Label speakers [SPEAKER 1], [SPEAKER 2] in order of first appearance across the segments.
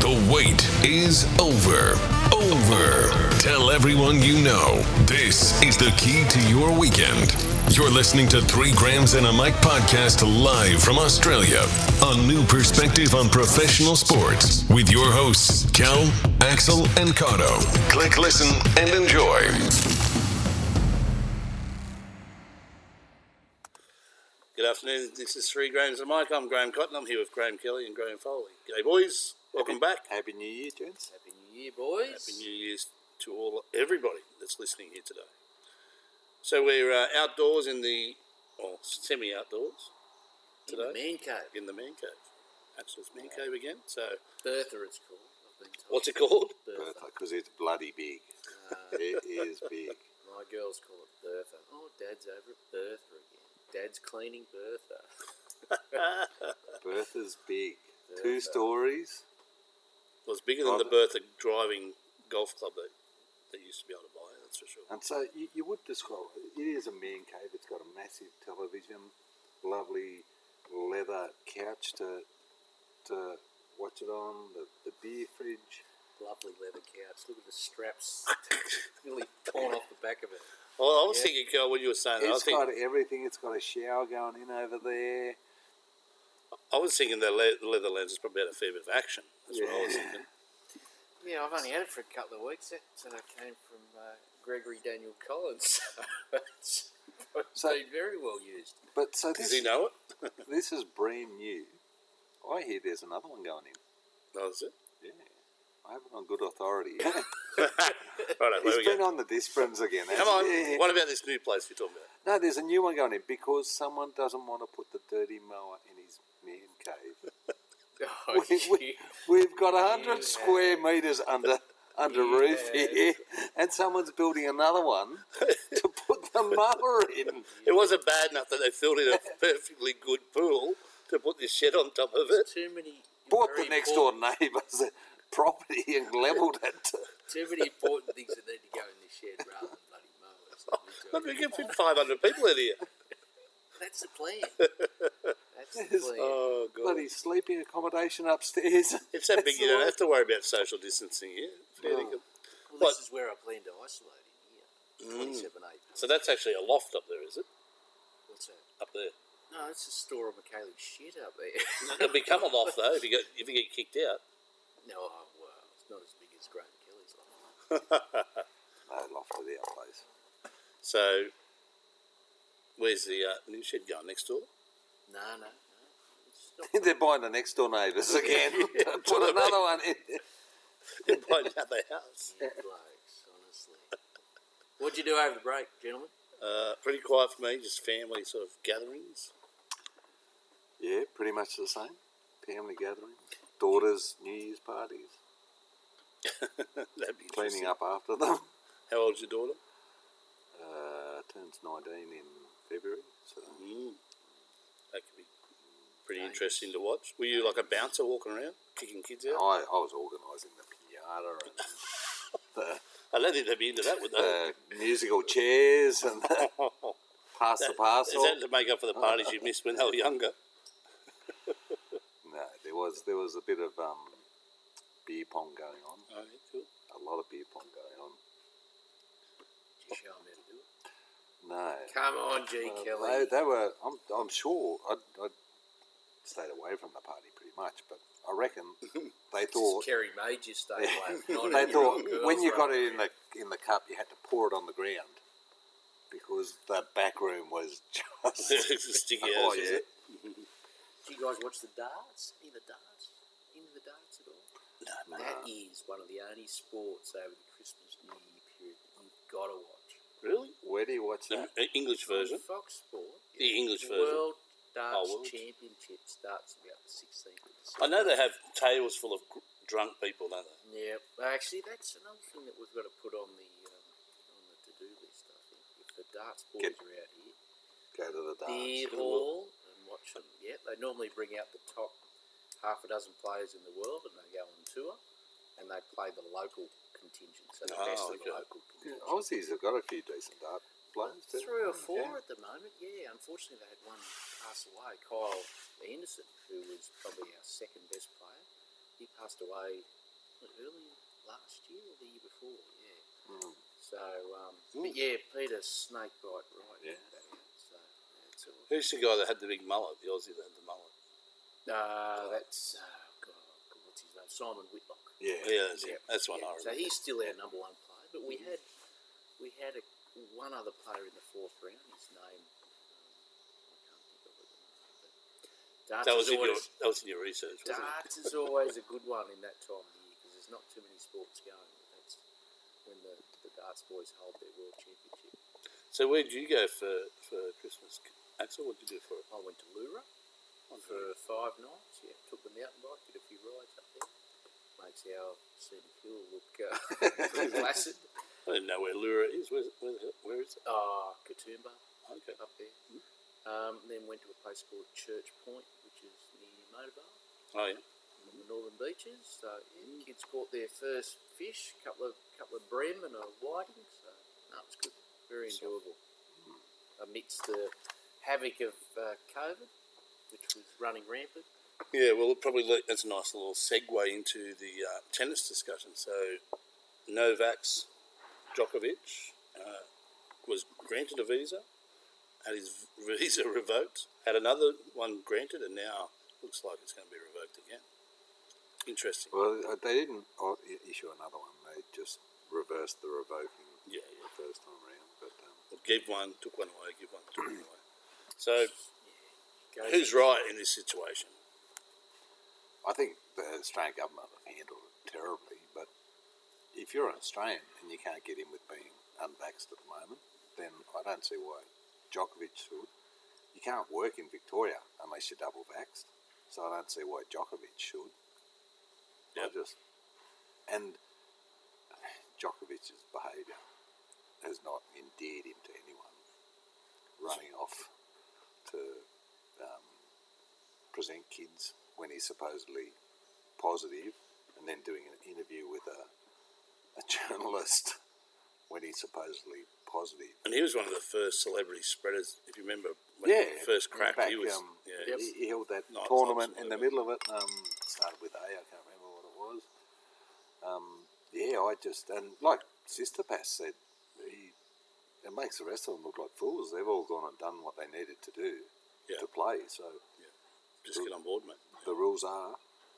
[SPEAKER 1] The wait is over. Over. Tell everyone you know. This is the key to your weekend. You're listening to Three Grams and a Mic podcast live from Australia. A new perspective on professional sports with your hosts, Cal, Axel, and Cotto. Click, listen, and enjoy.
[SPEAKER 2] Good afternoon. This is Three Grams and Mike. I'm Graham Cotton. I'm here with Graham Kelly and Graham Foley. G'day, boys. Welcome back.
[SPEAKER 3] Happy New Year, gents.
[SPEAKER 4] Happy New Year, boys.
[SPEAKER 2] Happy New Year's to all everybody that's listening here today. So we're uh, outdoors in the, well, semi-outdoors
[SPEAKER 4] In the
[SPEAKER 2] today
[SPEAKER 4] man cave.
[SPEAKER 2] in the man cave. Absol's man cave again. So
[SPEAKER 4] Bertha, it's called. I've been told.
[SPEAKER 2] what's it called?
[SPEAKER 4] Bertha.
[SPEAKER 3] Because it's bloody big.
[SPEAKER 2] Uh.
[SPEAKER 3] It is big.
[SPEAKER 4] My girls call it Bertha. Oh, Dad's over at Bertha again. Dad's cleaning Bertha.
[SPEAKER 3] Bertha's big. Two stories.
[SPEAKER 2] Well, it's bigger than the Bertha driving golf club that they used to be able to buy. That's for sure.
[SPEAKER 3] And so you, you would describe it. It is a man cave. It's got a massive television, lovely leather couch to, to watch it on, the, the beer fridge.
[SPEAKER 4] Lovely leather couch. Look at the straps. nearly torn off the back of it.
[SPEAKER 2] Well, I was thinking, Carl, when you were saying that, I
[SPEAKER 3] It's
[SPEAKER 2] think
[SPEAKER 3] got everything. It's got a shower going in over there.
[SPEAKER 2] I was thinking the le- leather lens is probably had a fair bit of action. That's what I was
[SPEAKER 3] Yeah.
[SPEAKER 2] thinking.
[SPEAKER 4] Yeah, I've only had it for a couple of weeks. That's and it came from uh, Gregory Daniel Collins. it's
[SPEAKER 3] So-
[SPEAKER 4] been very well used.
[SPEAKER 3] But so
[SPEAKER 2] Does
[SPEAKER 3] this,
[SPEAKER 2] he know it?
[SPEAKER 3] this is brand new. I hear there's another one going in.
[SPEAKER 2] No, is it?
[SPEAKER 3] Yeah. I have it on good authority.
[SPEAKER 2] Right, there we
[SPEAKER 3] He's been
[SPEAKER 2] go.
[SPEAKER 3] on the disciplines again.
[SPEAKER 2] Come
[SPEAKER 3] hasn't
[SPEAKER 2] on.
[SPEAKER 3] he?
[SPEAKER 2] What about this new place you're talking about?
[SPEAKER 3] No, there's a new one going in because someone doesn't want to put the dirty mower in his man cave.
[SPEAKER 4] Oh,
[SPEAKER 3] We, we,
[SPEAKER 4] you-
[SPEAKER 3] we've got hundred
[SPEAKER 4] Yeah.
[SPEAKER 3] square meters under under roof here, and someone's building another one to put the mower in.
[SPEAKER 2] It wasn't bad enough that they filled in a perfectly good pool to put this shed on top of it.
[SPEAKER 4] too many.
[SPEAKER 3] Bought
[SPEAKER 4] very
[SPEAKER 3] the next
[SPEAKER 4] important-
[SPEAKER 3] door neighbour's property and levelled it.
[SPEAKER 4] Too many important things that need to go in the shed rather than bloody mowers. Let me tell
[SPEAKER 2] Look,
[SPEAKER 4] you.
[SPEAKER 2] we can fit 500 people in here.
[SPEAKER 4] That's the plan. That's the
[SPEAKER 3] Yes.
[SPEAKER 4] plan.
[SPEAKER 2] Oh, God.
[SPEAKER 3] Bloody sleeping accommodation upstairs.
[SPEAKER 2] It's that big,
[SPEAKER 3] That's Oh.
[SPEAKER 2] you don't
[SPEAKER 3] all.
[SPEAKER 2] have to worry about social distancing here. Fair dinkum.
[SPEAKER 4] well,
[SPEAKER 2] what-
[SPEAKER 4] this is where I plan to isolate in
[SPEAKER 3] Mm.
[SPEAKER 4] here. 27 acres.
[SPEAKER 2] So that's actually a loft up there, is it?
[SPEAKER 4] What's that?
[SPEAKER 2] Up there.
[SPEAKER 4] No, it's a store of Michaela's shit up there.
[SPEAKER 2] It'll become a loft, though, if you get, if you get kicked out.
[SPEAKER 4] no, oh, well, it's not as big as Graham Kelly's lot.
[SPEAKER 3] No loft of our place.
[SPEAKER 2] So, where's the uh, new shed going? Next door?
[SPEAKER 4] No, no, no. It's not.
[SPEAKER 3] They're buying the next door neighbours again. put another one in.
[SPEAKER 2] They're buying out their house.
[SPEAKER 4] you blokes, honestly. What'd you do over the break, gentlemen?
[SPEAKER 2] Uh, pretty quiet for me, just family sort of gatherings.
[SPEAKER 3] Yeah, pretty much the same. Family gatherings, daughters' New Year's parties,
[SPEAKER 2] That'd be
[SPEAKER 3] cleaning
[SPEAKER 2] interesting.
[SPEAKER 3] up after them.
[SPEAKER 2] How old's your daughter?
[SPEAKER 3] Uh, turns 19 in February, so
[SPEAKER 2] Mm. That could be pretty interesting to watch. Were you like a bouncer walking around, kicking kids out?
[SPEAKER 3] I, I was organising the pinata and
[SPEAKER 2] I don't think they'd be into that, would they?
[SPEAKER 3] the musical chairs and Uh, the pass the
[SPEAKER 2] Is
[SPEAKER 3] parcel.
[SPEAKER 2] that to make up for the parties you missed when they were younger?
[SPEAKER 3] No, there was there was a bit of um, beer pong going on,
[SPEAKER 2] Oh, cool.
[SPEAKER 3] a lot of beer pong going on.
[SPEAKER 4] Did you show 'em how to do it?
[SPEAKER 3] No,
[SPEAKER 4] Come on, G.
[SPEAKER 3] Uh,
[SPEAKER 4] Kelly.
[SPEAKER 3] They, they were. I'm, I'm sure. I, I stayed away from the party pretty much, but I reckon they thought.
[SPEAKER 4] Kerry Major stayed away. not
[SPEAKER 3] they
[SPEAKER 4] in your
[SPEAKER 3] thought
[SPEAKER 4] own girls'
[SPEAKER 3] when you got
[SPEAKER 4] run
[SPEAKER 3] it in
[SPEAKER 4] around.
[SPEAKER 3] the in the cup, you had to pour it on the ground because the back room was just.
[SPEAKER 2] Sticky as
[SPEAKER 3] oh yeah,
[SPEAKER 4] Do you guys watch the darts? Any of the darts? Any of the darts at all?
[SPEAKER 3] No.
[SPEAKER 4] That is one of the only sports over the Christmas New Year period that you've got to watch.
[SPEAKER 2] Really?
[SPEAKER 3] where do you watch
[SPEAKER 2] The
[SPEAKER 3] that?
[SPEAKER 2] uh, English version?
[SPEAKER 4] Fox Sport.
[SPEAKER 2] The English
[SPEAKER 4] The
[SPEAKER 2] version.
[SPEAKER 4] World Darts
[SPEAKER 2] Oh, World.
[SPEAKER 4] Championship starts about the 16th of
[SPEAKER 2] I
[SPEAKER 4] December.
[SPEAKER 2] know they have tables full of gr- drunk people, don't they?
[SPEAKER 4] Yeah, well, actually, that's another thing that we've got to put on the, um, on the to do list, I think. If the darts boys
[SPEAKER 3] Get-
[SPEAKER 4] are out here,
[SPEAKER 3] Go to the dance.
[SPEAKER 4] beer hall and watch them. Yeah, they normally bring out the top half a dozen players in the world and they go on tour and they play the local contingent. So the
[SPEAKER 2] Oh,
[SPEAKER 4] best
[SPEAKER 2] okay.
[SPEAKER 4] of the local
[SPEAKER 3] Yeah,
[SPEAKER 4] contingent.
[SPEAKER 3] Aussies have got a few decent dart players. don't
[SPEAKER 4] Three or
[SPEAKER 3] they?
[SPEAKER 4] four
[SPEAKER 3] Yeah.
[SPEAKER 4] at the moment, yeah. Unfortunately, they had one pass away, Kyle Anderson, who was probably our second best player. He passed away early last year or the year before, yeah.
[SPEAKER 2] Hmm.
[SPEAKER 3] Mm.
[SPEAKER 4] So, um,
[SPEAKER 3] Ooh.
[SPEAKER 4] but yeah, Peter Snakebite, right?
[SPEAKER 3] Yeah.
[SPEAKER 4] that out, So, that's all.
[SPEAKER 2] Who's the guy that had the big mullet? The Aussie that had the mullet.
[SPEAKER 4] No, that's, oh God, God, what's his name? Simon Whitlock.
[SPEAKER 3] Yeah.
[SPEAKER 2] Yeah, that's,
[SPEAKER 4] Yeah.
[SPEAKER 2] it. that's one I
[SPEAKER 4] Yeah, so
[SPEAKER 2] remember.
[SPEAKER 4] he's still our number one player, but we had we had a, one other player in the fourth round. His name, um, I can't think of it. at the moment, but Darts
[SPEAKER 2] that was
[SPEAKER 4] is
[SPEAKER 2] in your
[SPEAKER 4] always,
[SPEAKER 2] that was in your research, wasn't it?
[SPEAKER 4] darts is always a good one in that time of the year because there's not too many sports going. But that's when the, the darts boys hold their world championship.
[SPEAKER 2] So where did you go for, for Christmas, Axel? What did you do for it?
[SPEAKER 4] I went to Lura for five nights. Yeah, took the mountain bike, did a few rides up there. Makes our Cedar Hill look uh, pretty placid.
[SPEAKER 2] I didn't know where Lura is. Where's, where, the hell- where is it?
[SPEAKER 4] Ah, Katoomba.
[SPEAKER 2] Okay.
[SPEAKER 4] up there. Um, then went to a place called Church Point, which is near Motorvale,
[SPEAKER 2] Oh yeah.
[SPEAKER 4] on the northern beaches. So yeah, kids caught their first fish, couple of couple of bream and a whiting. So no, it was good, very enjoyable. Amidst the havoc of uh, COVID, which was running rampant.
[SPEAKER 2] Yeah. Well, it probably le- that's a nice little segue into the uh, tennis discussion. So Novak's Djokovic uh, was granted a visa, had his visa revoked, had another one granted, and now looks like it's going to be revoked again. Interesting.
[SPEAKER 3] Well, uh, they didn't uh, i- issue another one. They just reversed the revoking
[SPEAKER 2] Yeah, yeah.
[SPEAKER 3] the first time round. But um,
[SPEAKER 2] Gave one, took one away, give one, took one away. So
[SPEAKER 4] Goes-
[SPEAKER 2] who's right in this situation?
[SPEAKER 3] I think the Australian government have handled it terribly. But if you're an Australian and you can't get in with being unvaxxed at the moment, then I don't see why Djokovic should. You can't work in Victoria unless you're double vaxxed. So I don't see why Djokovic should. I
[SPEAKER 2] Yep.
[SPEAKER 3] just and Djokovic's behaviour has not endeared him to anyone. Running off to um, present kids when he's supposedly positive, and then doing an interview with a, a journalist when he's supposedly positive.
[SPEAKER 2] And he was one of the first celebrity spreaders, if you remember. When he first crack,
[SPEAKER 3] back,
[SPEAKER 2] he was.
[SPEAKER 3] um,
[SPEAKER 2] yeah,
[SPEAKER 3] he- he held that
[SPEAKER 2] Nightclubs
[SPEAKER 3] tournament
[SPEAKER 2] and
[SPEAKER 3] in the
[SPEAKER 2] whatever.
[SPEAKER 3] middle of it. Um, started with A. I can't remember what it was. Um, yeah, I just and like Sister Pass said, he it makes the rest of them look like fools. They've all gone and done what they needed to do
[SPEAKER 2] Yeah.
[SPEAKER 3] to play. So
[SPEAKER 2] just get on board, mate.
[SPEAKER 3] the rules are,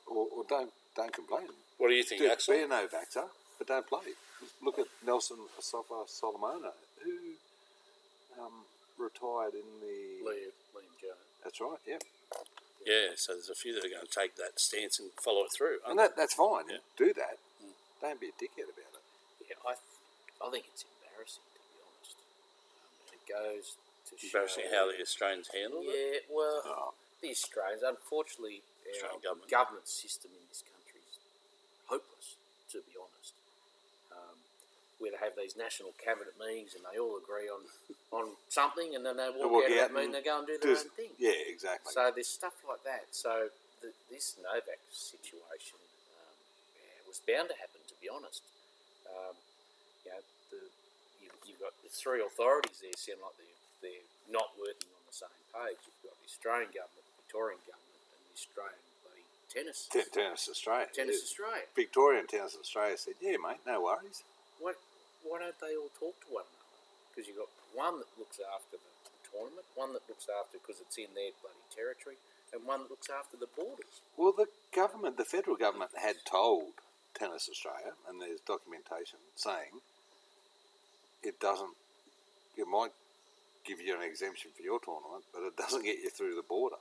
[SPEAKER 3] or, or don't don't complain.
[SPEAKER 2] What do you think,
[SPEAKER 3] Do,
[SPEAKER 2] Axel?
[SPEAKER 3] be a no vaxxer, but don't play. Look at Nelson Asafa Solomona, who um, retired in the.
[SPEAKER 4] Liam, Liam Jones?
[SPEAKER 3] That's right. Yep.
[SPEAKER 2] Yeah, so there's a few that are going to take that stance and follow it through.
[SPEAKER 3] And
[SPEAKER 2] aren't
[SPEAKER 3] that, that's fine.
[SPEAKER 2] Yeah.
[SPEAKER 3] Do that. Don't be a dickhead about it.
[SPEAKER 4] Yeah, I, th- I think it's embarrassing to be honest. Um, and it goes to
[SPEAKER 2] they? Embarrassing
[SPEAKER 4] show
[SPEAKER 2] how the Australians handled it.
[SPEAKER 4] Yeah, well,
[SPEAKER 3] Oh.
[SPEAKER 4] the Australians, unfortunately, our
[SPEAKER 2] Australian government.
[SPEAKER 4] system in this country is hopeless, to be honest. Um, where they have these national cabinet meetings and they all agree on, on something and then they
[SPEAKER 3] walk
[SPEAKER 4] walk, out,
[SPEAKER 3] out
[SPEAKER 4] of that
[SPEAKER 3] and
[SPEAKER 4] meeting and they go and do their
[SPEAKER 3] Just-
[SPEAKER 4] own thing.
[SPEAKER 3] Yeah, exactly.
[SPEAKER 4] So there's stuff like that. So th this Novak situation um, yeah, was bound to happen, to be honest. Um, you know, the, you, you've got the three authorities there sound like they're, they're not working on the same page. You've got the Australian government, the Victorian government, and the Australian bloody tennis
[SPEAKER 3] Ten- Tennis Australia.
[SPEAKER 4] tennis
[SPEAKER 3] yeah.
[SPEAKER 4] Australia.
[SPEAKER 3] Victorian Tennis Australia said, yeah, mate, no worries.
[SPEAKER 4] Why, why don't they all talk to one another? Because you've got one that looks after the, the tournament, one that looks after because it's in their bloody territory, and one that looks after the borders.
[SPEAKER 3] Well, the government, the federal government, had told Tennis Australia, and there's documentation saying it doesn't, it might give you an exemption for your tournament, but it doesn't get you through the border.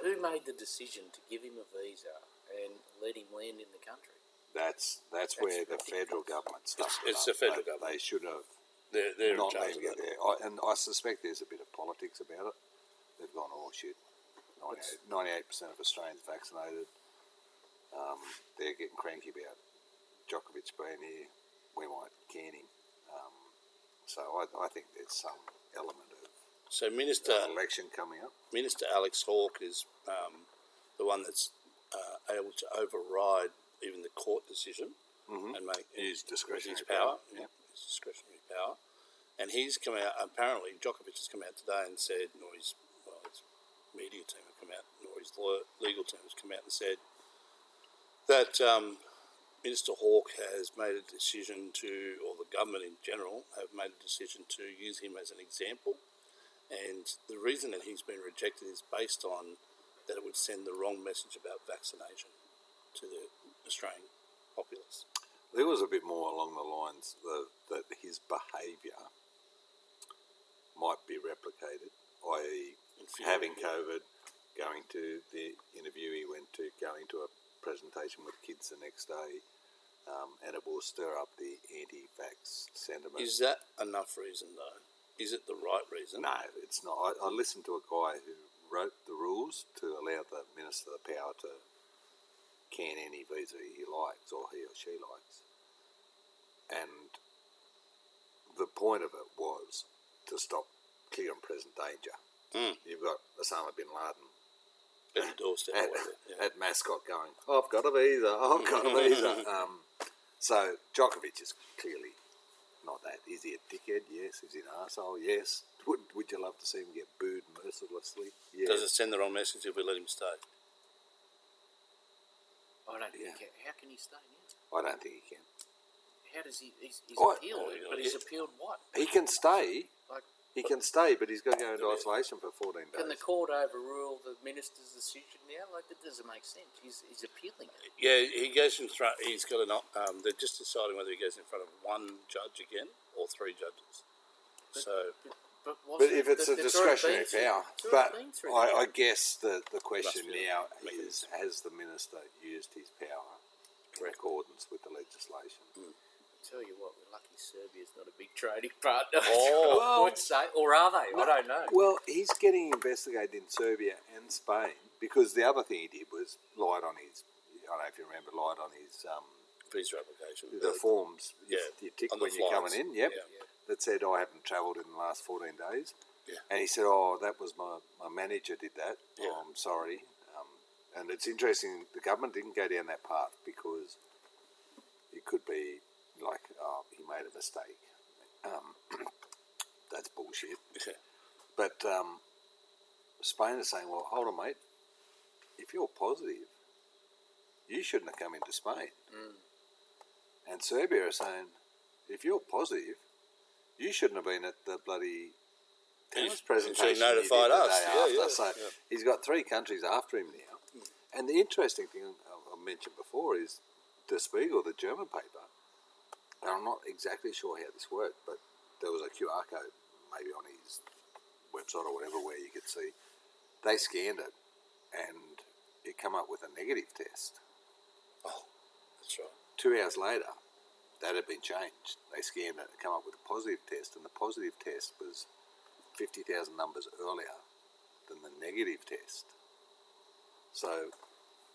[SPEAKER 3] Well-
[SPEAKER 4] who made the decision to give him a visa and let him land in the country?
[SPEAKER 3] That's that's, where the
[SPEAKER 4] ridiculous.
[SPEAKER 3] federal govment stuffed it
[SPEAKER 2] It's the
[SPEAKER 3] up.
[SPEAKER 2] federal
[SPEAKER 3] They- They
[SPEAKER 2] government.
[SPEAKER 3] should have
[SPEAKER 2] They're, they're in
[SPEAKER 3] not
[SPEAKER 2] charge
[SPEAKER 3] letting
[SPEAKER 2] of
[SPEAKER 3] it
[SPEAKER 2] that.
[SPEAKER 3] there. I, and I suspect there's a bit of politics about it. They've gone, oh shit, 98 percent of Australians vaccinated. Um, they're getting cranky about Djokovic being here. We might can him. Um, so I, I think there's some element of
[SPEAKER 2] So Minister
[SPEAKER 3] an election coming up.
[SPEAKER 2] Minister Alex Hawke is um, the one that's uh, able to override even the court decision and make with
[SPEAKER 3] Use Mm-hmm. discretionary
[SPEAKER 2] his power.
[SPEAKER 3] power, yeah.
[SPEAKER 2] his discretionary power. And he's come out. Apparently, Djokovic has come out today and said, nor his well, his media team have come out, nor his lawyer, legal team has come out and said that um, Minister Hawke has made a decision to, or the government in general, have made a decision to use him as an example. And the reason that he's been rejected is based on that it would send the wrong message about vaccination to the Australian populace.
[SPEAKER 3] There was a bit more along the lines that, that his behaviour might be replicated, e, i.e., having COVID, going to the interview he went to, going to a presentation with kids the next day, um, and it will stir up the anti-vax sentiment.
[SPEAKER 2] Is that enough reason, though? Is it the right reason?
[SPEAKER 3] no, it's not. I, I listened to a guy who wrote the rules to allow the minister the power to can any visa he likes or he or she likes, and the point of it was to stop clear and present danger.
[SPEAKER 2] Mm.
[SPEAKER 3] You've got Osama bin Laden
[SPEAKER 2] At the doorstep. or
[SPEAKER 3] at,
[SPEAKER 2] whatever, yeah.
[SPEAKER 3] at mascot going, I've got a visa, I've got a visa. Um, so Djokovic is clearly not that. Is he a dickhead? Yes. Is he an arsehole? Yes. Would, would you love to see him get booed mercilessly? Yes.
[SPEAKER 2] Does it send the wrong message if we let him stay?
[SPEAKER 4] I don't think.
[SPEAKER 3] Yeah.
[SPEAKER 4] he can- How can he stay now?
[SPEAKER 3] I don't think he can.
[SPEAKER 4] How does he? He's, he's
[SPEAKER 3] Oh,
[SPEAKER 4] appealed,
[SPEAKER 2] oh,
[SPEAKER 4] but
[SPEAKER 2] yeah.
[SPEAKER 4] he's appealed what?
[SPEAKER 3] He can stay.
[SPEAKER 4] Like,
[SPEAKER 3] He can stay, but he's got to go into isolation for 14 days.
[SPEAKER 4] can the court overrule the minister's decision now? Like, that doesn't make sense. He's, he's appealing it.
[SPEAKER 2] Yeah, he goes in front. He's got an. op- Um, they're just deciding whether he goes in front of one judge again or three judges. So
[SPEAKER 4] But, but,
[SPEAKER 3] But
[SPEAKER 4] wasn't-
[SPEAKER 3] if it's a
[SPEAKER 4] that- that's
[SPEAKER 3] discretionary
[SPEAKER 4] already been through-
[SPEAKER 3] power,
[SPEAKER 4] it's already
[SPEAKER 3] but
[SPEAKER 4] been through that.
[SPEAKER 3] I, I guess the, the question
[SPEAKER 2] be
[SPEAKER 3] now
[SPEAKER 2] a mechanism.
[SPEAKER 3] is: Has the minister used his power in
[SPEAKER 2] Correct.
[SPEAKER 3] accordance with the legislation?
[SPEAKER 4] Tell you what, we're lucky Serbia's not a big trading partner.
[SPEAKER 2] Oh.
[SPEAKER 4] I would say, or are they? I don't know.
[SPEAKER 3] Well, he's getting investigated in Serbia and Spain because the other thing he did was lied on his. I don't know if you remember, lied on his um,
[SPEAKER 2] visa application.
[SPEAKER 3] the forms you-
[SPEAKER 2] yeah,
[SPEAKER 3] you tick
[SPEAKER 2] on the
[SPEAKER 3] when you're
[SPEAKER 2] flights.
[SPEAKER 3] coming in. Yep,
[SPEAKER 2] Yeah.
[SPEAKER 3] that said I haven't travelled in the last fourteen days.
[SPEAKER 2] Yeah.
[SPEAKER 3] And he said, "Oh, that was my, my manager did that.
[SPEAKER 2] Yeah.
[SPEAKER 3] Oh, I'm sorry." Um, and it's interesting. The government didn't go down that path because it could be like, "Oh, he made a mistake." Um, that's bullshit.
[SPEAKER 2] Yeah.
[SPEAKER 3] But um, Spain is saying, well, hold on, mate. If you're positive, you shouldn't have come into Spain.
[SPEAKER 2] Mm.
[SPEAKER 3] And Serbia is saying, if you're positive, you shouldn't have been at the bloody
[SPEAKER 2] you
[SPEAKER 3] tennis
[SPEAKER 2] should
[SPEAKER 3] presentation. you
[SPEAKER 2] notified
[SPEAKER 3] did the
[SPEAKER 2] us.
[SPEAKER 3] day
[SPEAKER 2] Yeah,
[SPEAKER 3] after."
[SPEAKER 2] yeah,
[SPEAKER 3] so
[SPEAKER 2] yeah. Hmm.
[SPEAKER 3] he's got three countries after him now. And the interesting thing I I mentioned before is Der Spiegel, the German paper. And I'm not exactly sure how this worked, but there was a QR code maybe on his website or whatever where you could see. They scanned it and it came up with a negative test.
[SPEAKER 2] Oh, that's right.
[SPEAKER 3] Two hours later, that had been changed. They scanned it and come up with a positive test, and the positive test was 50,000 numbers earlier than the negative test. So,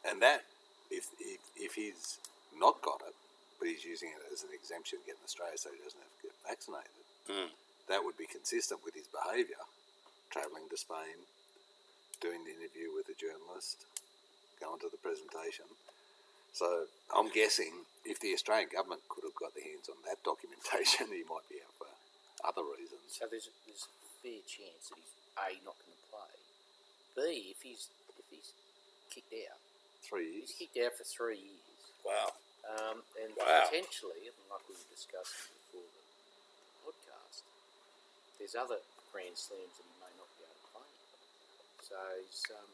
[SPEAKER 3] and that, if, if, if he's not got it, but he's using it as an exemption to get in Australia so he doesn't have to get vaccinated, that would be consistent with his behaviour, travelling to Spain, doing the interview with a journalist, going to the presentation. So I'm guessing if the Australian government could have got their hands on that documentation, he might be out for other reasons.
[SPEAKER 4] So there's, there's a fair chance that he's A, not going to play. B, if he's, if he's kicked out,
[SPEAKER 3] Three
[SPEAKER 4] he's
[SPEAKER 3] years.
[SPEAKER 4] kicked out for three years.
[SPEAKER 2] Wow.
[SPEAKER 4] Um, and
[SPEAKER 2] Wow.
[SPEAKER 4] potentially, and like we were discussing before the podcast, there's other Grand Slams that he may not be able to play. So he's, um,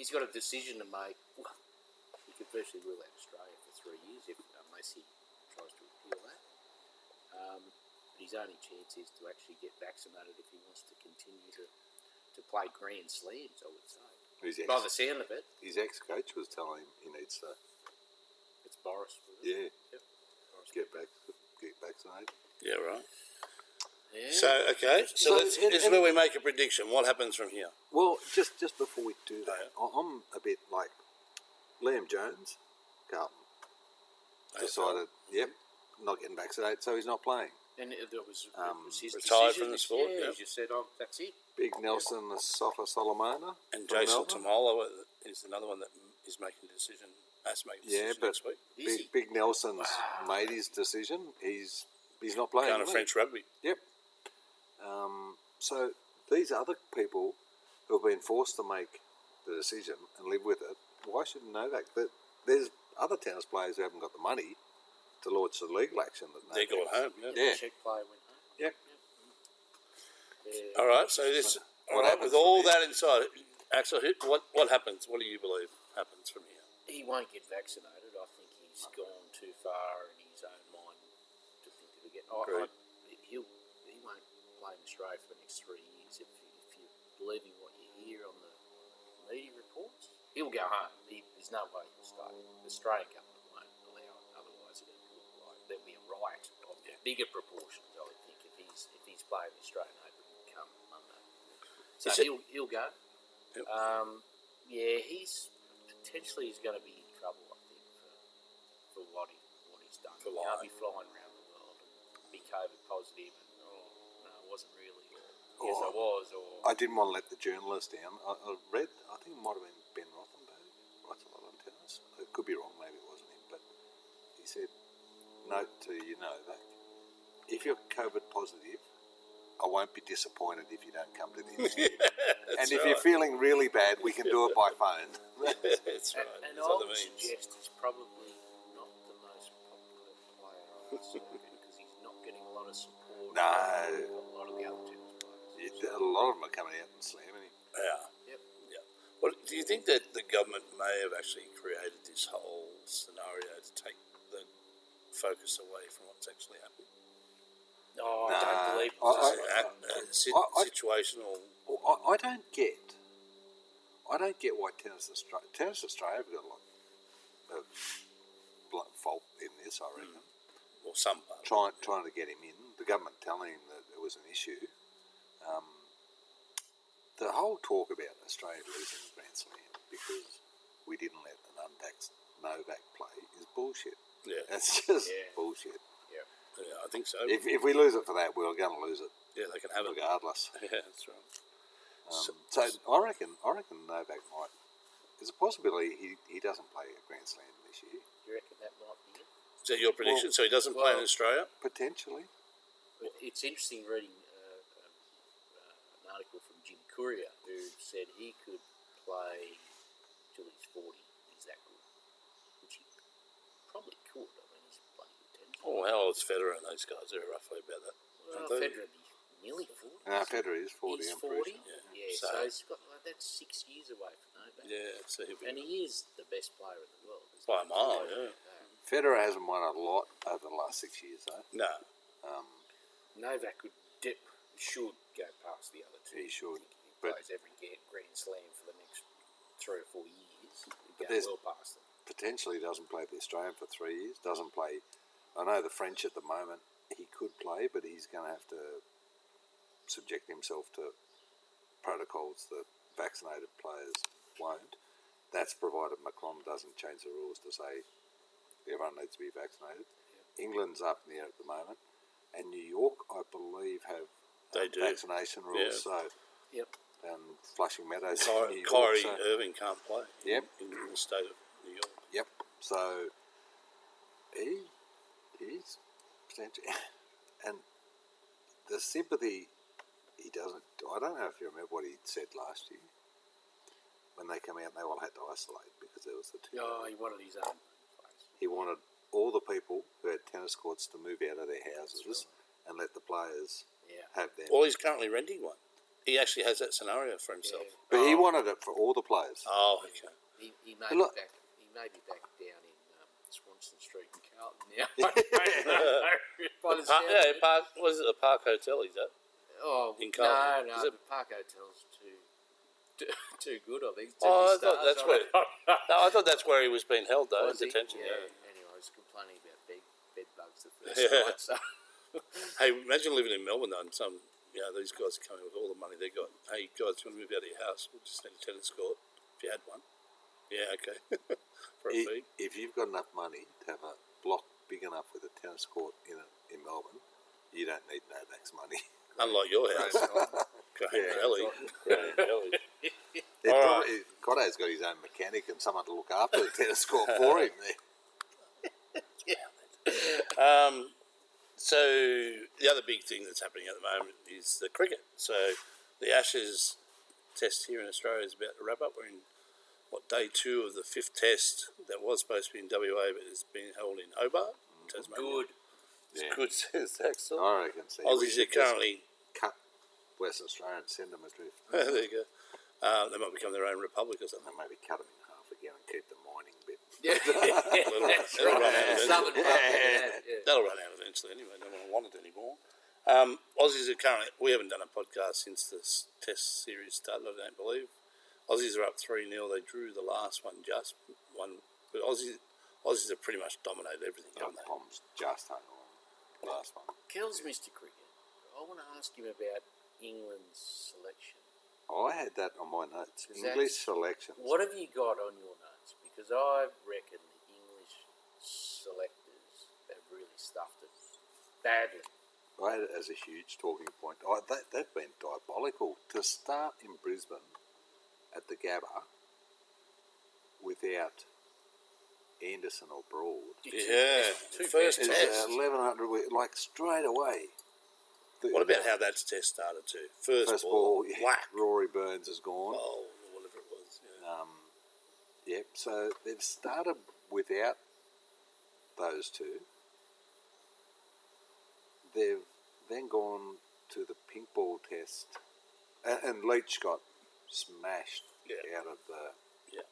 [SPEAKER 4] he's got a decision to make. Well, he could virtually rule out Australia for three years if, unless he tries to appeal that. Um, but his only chance is to actually get vaccinated if he wants to continue to, to play Grand Slams, I would say.
[SPEAKER 3] His
[SPEAKER 4] By the
[SPEAKER 3] ex,
[SPEAKER 4] sound of it,
[SPEAKER 3] his ex-coach was telling him he needs to
[SPEAKER 4] it's Boris. wasn't it?
[SPEAKER 3] yeah
[SPEAKER 4] Yep, Boris.
[SPEAKER 3] get back get vaccinated.
[SPEAKER 2] Yeah, right.
[SPEAKER 4] Yeah.
[SPEAKER 2] So okay, so,
[SPEAKER 3] So
[SPEAKER 2] that's,
[SPEAKER 3] in-
[SPEAKER 2] this is
[SPEAKER 3] in-
[SPEAKER 2] where we make a prediction. What happens from here?
[SPEAKER 3] Well, just just before we do that, I- I'm a bit like Liam Jones, Carlton decided, yep, not getting vaccinated, so he's not playing.
[SPEAKER 4] And it, that was,
[SPEAKER 3] Um,
[SPEAKER 4] it was his
[SPEAKER 2] retired
[SPEAKER 4] decision.
[SPEAKER 2] from the sport,
[SPEAKER 4] Yeah,
[SPEAKER 2] yeah.
[SPEAKER 4] he just said, "Oh, that's it."
[SPEAKER 3] Big Nelson Sofa Solomona
[SPEAKER 2] And
[SPEAKER 3] from
[SPEAKER 2] Jason
[SPEAKER 3] Melbourne.
[SPEAKER 2] Tomolo is another one that is making a decision. Has to make a
[SPEAKER 3] Yeah,
[SPEAKER 2] decision
[SPEAKER 3] but-
[SPEAKER 2] next week.
[SPEAKER 4] Is he?
[SPEAKER 3] Big, Big Nelson's made his decision. He's he's not playing.
[SPEAKER 2] Going to
[SPEAKER 3] is he?
[SPEAKER 2] French rugby.
[SPEAKER 3] Yep. Um, so these other people who have been forced to make the decision and live with it, why shouldn't Novak? But there's other tennis players who haven't got the money to launch the legal action that
[SPEAKER 2] They're going
[SPEAKER 3] got
[SPEAKER 2] home. Yeah.
[SPEAKER 3] Yeah.
[SPEAKER 4] Czech player went home.
[SPEAKER 3] Yeah.
[SPEAKER 4] Yeah.
[SPEAKER 2] All right. So this.
[SPEAKER 3] What
[SPEAKER 2] All right.
[SPEAKER 3] happens
[SPEAKER 2] With all
[SPEAKER 3] from here?
[SPEAKER 2] that inside, Axel, who- what what happens? What do you believe happens from here?
[SPEAKER 4] He won't get vaccinated. I think he's gone too far in his own mind to think that he'll get. I, I,
[SPEAKER 2] Agreed.
[SPEAKER 4] he'll, he won't play in Australia for the next three years if, if you're believing what you hear on the media reports. He'll go home. He, there's no way he'll stay. The Australian government won't allow it. Otherwise, it'll look like there'll be a riot of bigger proportions. I would think if he's if he's playing the Australian Open come Monday. So
[SPEAKER 2] Is it-
[SPEAKER 4] he'll he'll go.
[SPEAKER 2] Yep.
[SPEAKER 4] Um, yeah, he's potentially he's going to be in trouble. I think for, for what he what he's done.
[SPEAKER 2] For
[SPEAKER 4] he can't
[SPEAKER 2] lying.
[SPEAKER 4] be flying around the world and be COVID positive and oh no, I wasn't really. Or, yes, I
[SPEAKER 3] Or-
[SPEAKER 4] was. Or
[SPEAKER 3] I didn't want to let the journalist down. I, I read, I think it might have been Ben Rothenberg, writes a lot on tennis. It could be wrong, maybe it wasn't him, but he said, note to you know that if you're COVID positive, I won't be disappointed if you don't come to the interview. and if you're feeling really bad, we can do it by phone.
[SPEAKER 2] That's right.
[SPEAKER 4] and, and
[SPEAKER 2] There's
[SPEAKER 4] I
[SPEAKER 2] other
[SPEAKER 4] would
[SPEAKER 2] means.
[SPEAKER 4] suggest he's probably not the most popular player on the circuit because he's not getting a lot of
[SPEAKER 3] No.
[SPEAKER 4] support. from A lot of the other tennis players.
[SPEAKER 3] It- a lot of them are coming out and slamming him.
[SPEAKER 2] Yeah.
[SPEAKER 4] Yep.
[SPEAKER 2] Yeah. Well, do you think that the government may have actually created this whole scenario to take the focus away from what's actually happening?
[SPEAKER 4] No, Oh, I don't
[SPEAKER 3] Nah.
[SPEAKER 4] believe.
[SPEAKER 3] I-
[SPEAKER 2] Is it
[SPEAKER 4] it's just-
[SPEAKER 2] a, a sit-
[SPEAKER 3] I- I-
[SPEAKER 2] situational?
[SPEAKER 3] Well, I, I don't get. I don't get why Tennis Australia. Tennis Australia have got a lot of bl- fault in this. I reckon
[SPEAKER 2] or some part.
[SPEAKER 3] trying trying to get him in. The government telling him that it was an issue. Um, the whole talk about Australia losing the Grand Slam because we didn't let an unvaxxed Novak play is bullshit.
[SPEAKER 2] Yeah.
[SPEAKER 3] That's just
[SPEAKER 4] Yeah.
[SPEAKER 3] bullshit.
[SPEAKER 2] yeah, I think so.
[SPEAKER 3] If, if we lose it for that, we're going to lose it
[SPEAKER 2] yeah, they can have it.
[SPEAKER 3] regardless.
[SPEAKER 2] Yeah, that's right.
[SPEAKER 3] Um, so I reckon, I reckon Novak might. There's a possibility he, he doesn't play a Grand Slam this year,
[SPEAKER 4] Do you reckon that might be it?
[SPEAKER 2] Is that your prediction? so he doesn't play in
[SPEAKER 4] well-
[SPEAKER 2] Australia?
[SPEAKER 3] potentially.
[SPEAKER 4] But it's interesting reading uh, um, uh, an article from Jim Courier who said he could play till he's 40. He's that good. Which he probably could. I mean, he's a bloody good tennis.
[SPEAKER 2] Oh, how old is Federer and those guys? They're roughly about that.
[SPEAKER 4] Well,
[SPEAKER 2] Don't they?
[SPEAKER 4] Federer would be nearly 40.
[SPEAKER 3] No, Federer is forty.
[SPEAKER 4] he's
[SPEAKER 3] I'm pretty sure.
[SPEAKER 4] 40. Yeah,
[SPEAKER 2] Yeah.
[SPEAKER 4] so,
[SPEAKER 2] So-
[SPEAKER 4] he's got like that's six years away from Novak.
[SPEAKER 2] Yeah, so he'll be.
[SPEAKER 4] And he is the best player in the world. isn't
[SPEAKER 2] By a
[SPEAKER 4] he? Uh,
[SPEAKER 2] mile, yeah.
[SPEAKER 3] Federer hasn't won a lot over the last six years, though.
[SPEAKER 2] No.
[SPEAKER 3] Um,
[SPEAKER 4] Novak could dip, should go past the other two.
[SPEAKER 3] He should,
[SPEAKER 4] He
[SPEAKER 3] but-
[SPEAKER 4] plays every ga- Grand Slam for the next three or four years. He'd
[SPEAKER 3] But
[SPEAKER 4] go
[SPEAKER 3] there's-
[SPEAKER 4] well past them.
[SPEAKER 3] potentially doesn't play the Australian for three years. Doesn't play. I know the French at the moment. He could play, but he's going to have to subject himself to protocols that vaccinated players won't. That's provided Macron doesn't change the rules to say everyone needs to be vaccinated. England's up in the air at the moment, and New York, I believe, have
[SPEAKER 2] They
[SPEAKER 3] um,
[SPEAKER 2] do.
[SPEAKER 3] vaccination rules. So
[SPEAKER 4] Yep.
[SPEAKER 3] and Flushing Meadows, in
[SPEAKER 2] Ky-
[SPEAKER 3] New York,
[SPEAKER 2] Kyrie
[SPEAKER 3] so-
[SPEAKER 2] Irving can't play
[SPEAKER 3] Yep.
[SPEAKER 2] in the state of New York.
[SPEAKER 3] Yep. So he he's potentially, and the sympathy he doesn't. I don't know if you remember what he said last year when they come out. They all had to isolate because there was the two.
[SPEAKER 4] Oh, he wanted his own place.
[SPEAKER 3] He wanted all the people who had tennis courts to move out of their houses and let the players
[SPEAKER 4] Yeah.
[SPEAKER 3] have them.
[SPEAKER 2] Well, he's currently renting one. He actually has that scenario for himself.
[SPEAKER 4] Yeah.
[SPEAKER 3] but he wanted it for all the players.
[SPEAKER 2] Oh, okay.
[SPEAKER 4] He, he may
[SPEAKER 3] Look-
[SPEAKER 4] be back. He may be back down in um, Swanson Street in Carlton now. I don't know. By the
[SPEAKER 2] Pa-
[SPEAKER 4] sound
[SPEAKER 2] yeah,
[SPEAKER 4] of it.
[SPEAKER 2] park, what is it? The Park Hotel, is that?
[SPEAKER 4] Oh,
[SPEAKER 2] in
[SPEAKER 4] no,
[SPEAKER 2] Carlton.
[SPEAKER 4] no.
[SPEAKER 2] Is it-
[SPEAKER 4] the Park Hotel's too too, too good. I think. Too
[SPEAKER 2] Oh, I
[SPEAKER 4] many
[SPEAKER 2] thought
[SPEAKER 4] stars
[SPEAKER 2] that's
[SPEAKER 4] on
[SPEAKER 2] where.
[SPEAKER 4] it.
[SPEAKER 2] No, I thought that's where he was being held though, in
[SPEAKER 4] Was Oh, he?
[SPEAKER 2] detention. Yeah.
[SPEAKER 4] Anyway, I was complaining about bed, bed bugs the first night. So.
[SPEAKER 2] Hey, imagine living in Melbourne though, and some, you know, these guys are coming with all the money they got. Hey, guys, you want to move out of your house? We'll just need a tennis court if you had one. Yeah, okay. for a
[SPEAKER 3] I-
[SPEAKER 2] fee.
[SPEAKER 3] if you've got enough money to have a block big enough with a tennis court in a, in Melbourne, you don't need Novak's money.
[SPEAKER 2] Unlike your house. Graham
[SPEAKER 3] Yeah.
[SPEAKER 2] Kelly. Graham Kelly.
[SPEAKER 3] They're
[SPEAKER 2] All
[SPEAKER 3] probably, Cotto's got his own mechanic and someone to look after the tennis court for him.
[SPEAKER 2] Um, so the other big thing that's happening at the moment is the cricket. So the Ashes test here in Australia is about to wrap up. We're in what day two of the fifth test that it was supposed to be in WA, but it's been held in Hobart, Tasmania.
[SPEAKER 4] Good.
[SPEAKER 2] It's
[SPEAKER 3] Yeah.
[SPEAKER 2] good, says Axel.
[SPEAKER 3] I reckon. See, we
[SPEAKER 2] Aussies are
[SPEAKER 3] should just
[SPEAKER 2] currently
[SPEAKER 3] cut Western Australia and send them adrift.
[SPEAKER 2] there you go. Uh, they might become their own republic or something.
[SPEAKER 3] And maybe cut them in half again and keep the mining bit.
[SPEAKER 4] Yeah.
[SPEAKER 2] That'll, that'll run out eventually.
[SPEAKER 4] Southern part. Yeah. yeah.
[SPEAKER 2] That'll run out eventually anyway. They won't want it anymore. Um, Aussies are currently. We haven't done a podcast since this Test series started. I don't believe. Aussies are up three 0 They drew the last one just one. But Aussies, Aussies have pretty much dominated everything,
[SPEAKER 3] Got
[SPEAKER 2] haven't they?
[SPEAKER 3] bombs just hung on. Last one.
[SPEAKER 4] Kells, Mr. Cricket. I want to ask him about England's selection.
[SPEAKER 3] I had that on my notes.
[SPEAKER 4] Is that-
[SPEAKER 3] English selections.
[SPEAKER 4] What have you got on your notes? Because I reckon the English selectors have really stuffed it badly.
[SPEAKER 3] I had it as a huge talking point. I, they, they've been diabolical to start in Brisbane at the Gabba without Anderson or Broad.
[SPEAKER 2] Yeah.
[SPEAKER 4] Two
[SPEAKER 2] First
[SPEAKER 4] best-
[SPEAKER 3] It's
[SPEAKER 2] test.
[SPEAKER 3] eleven hundred. Like straight away. The-
[SPEAKER 2] What about how that test started too? First,
[SPEAKER 3] first
[SPEAKER 2] ball,
[SPEAKER 3] ball? yeah,
[SPEAKER 2] whack,
[SPEAKER 3] Rory Burns is gone.
[SPEAKER 2] ball, or whatever it was. Yeah.
[SPEAKER 3] Um, yep. So they've started without those two. They've then gone to the pink ball test, and, and Leach got smashed
[SPEAKER 2] Yeah.
[SPEAKER 3] out of the
[SPEAKER 2] Yeah.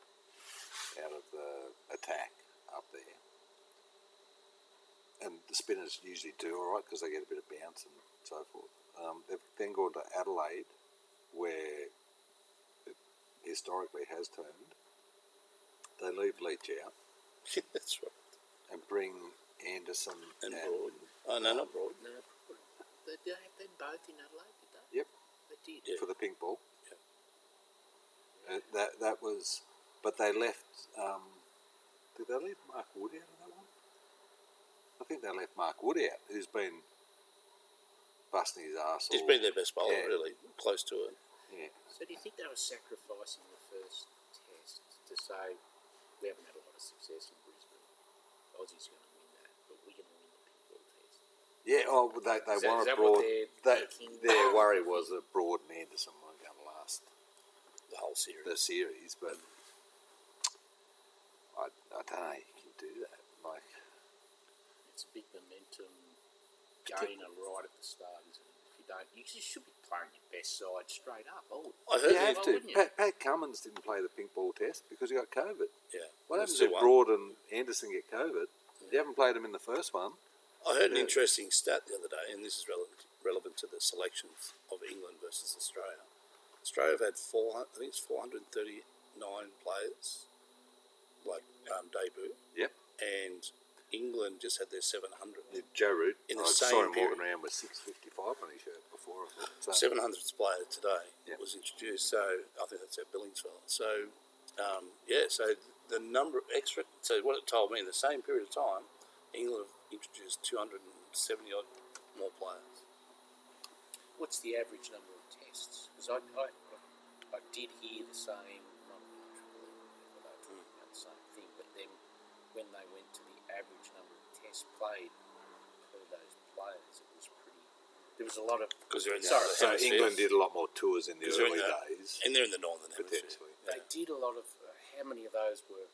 [SPEAKER 3] out of the attack up there. And the spinners usually do all right because they get a bit of bounce and so forth. Um, they've then gone to Adelaide, where historically has turned. They leave Leach out
[SPEAKER 2] That's right.
[SPEAKER 3] and bring Anderson
[SPEAKER 2] And Broad. Oh no, not Broad.
[SPEAKER 4] No, they, they had them both in Adelaide, did they?
[SPEAKER 3] Yep,
[SPEAKER 4] They did.
[SPEAKER 2] Yeah.
[SPEAKER 3] for the pink ball.
[SPEAKER 2] Yep.
[SPEAKER 3] Uh, that that was, but they left. Um, did they leave Mark Wood out of that one? I think they left Mark Wood out, who's been busting his ass.
[SPEAKER 2] He's
[SPEAKER 3] all-
[SPEAKER 2] been their best bowler,
[SPEAKER 3] Yeah.
[SPEAKER 2] really, close to it.
[SPEAKER 3] Yeah.
[SPEAKER 4] So do you think they were sacrificing the first test to say we haven't had a lot of success in Brisbane? Aussie's going to win that, but we're going to win the pink ball test.
[SPEAKER 3] Yeah, oh, but they, they
[SPEAKER 4] Is that-
[SPEAKER 3] want
[SPEAKER 4] is
[SPEAKER 3] a
[SPEAKER 4] that
[SPEAKER 3] broad.
[SPEAKER 4] what they're
[SPEAKER 3] they-
[SPEAKER 4] thinking?
[SPEAKER 3] their worry was that Broad and Anderson weren't going to last
[SPEAKER 2] The whole series.
[SPEAKER 3] the series, but I, I don't know you can do that. Like,
[SPEAKER 4] It's a big momentum gainer right at the start, isn't it? If you don't, you just should be playing your best side straight up. Oh,
[SPEAKER 2] I heard
[SPEAKER 3] you
[SPEAKER 2] yeah,
[SPEAKER 4] Yeah.
[SPEAKER 2] that.
[SPEAKER 3] have
[SPEAKER 4] why
[SPEAKER 3] to.
[SPEAKER 4] wouldn't you?
[SPEAKER 3] Pat, Pat Cummins didn't play the pink ball test because he got COVID.
[SPEAKER 2] Yeah.
[SPEAKER 3] What
[SPEAKER 2] That's
[SPEAKER 3] happens
[SPEAKER 2] the
[SPEAKER 3] if
[SPEAKER 2] one.
[SPEAKER 3] Broad and Anderson get COVID? You haven't played them in the first one.
[SPEAKER 2] I heard an
[SPEAKER 3] Yeah.
[SPEAKER 2] interesting stat the other day, and this is relevant, relevant to the selections of England versus Australia. Australia have had four, hun- I think it's 439 players, like um, debut,
[SPEAKER 3] Yep.
[SPEAKER 2] and England just had their 700.
[SPEAKER 3] Joe Root.
[SPEAKER 2] In the
[SPEAKER 3] I
[SPEAKER 2] same
[SPEAKER 3] saw him
[SPEAKER 2] period.
[SPEAKER 3] walking around with 655 on his shirt before. I thought, so-
[SPEAKER 2] 700th player today
[SPEAKER 3] Yeah.
[SPEAKER 2] was introduced, so I think that's our Billings fella. So, um, yeah, so the number of extra, so what it told me in the same period of time, England have introduced 270 odd more players.
[SPEAKER 4] What's the average number of tests? Because I, I, I did hear the same, not literally, but I talking about the same thing, but then when they went to the average number of tests played for those players, it was pretty, there was a lot of,
[SPEAKER 2] Because they're in the
[SPEAKER 4] Sorry,
[SPEAKER 2] Northern
[SPEAKER 3] So
[SPEAKER 2] Hemisphere.
[SPEAKER 3] England did a lot more tours in the
[SPEAKER 2] Because they're in
[SPEAKER 3] early
[SPEAKER 2] the-
[SPEAKER 3] days,
[SPEAKER 2] and they're in the Northern Hemisphere.
[SPEAKER 3] potentially.
[SPEAKER 4] they did a lot of, uh, how many of those were,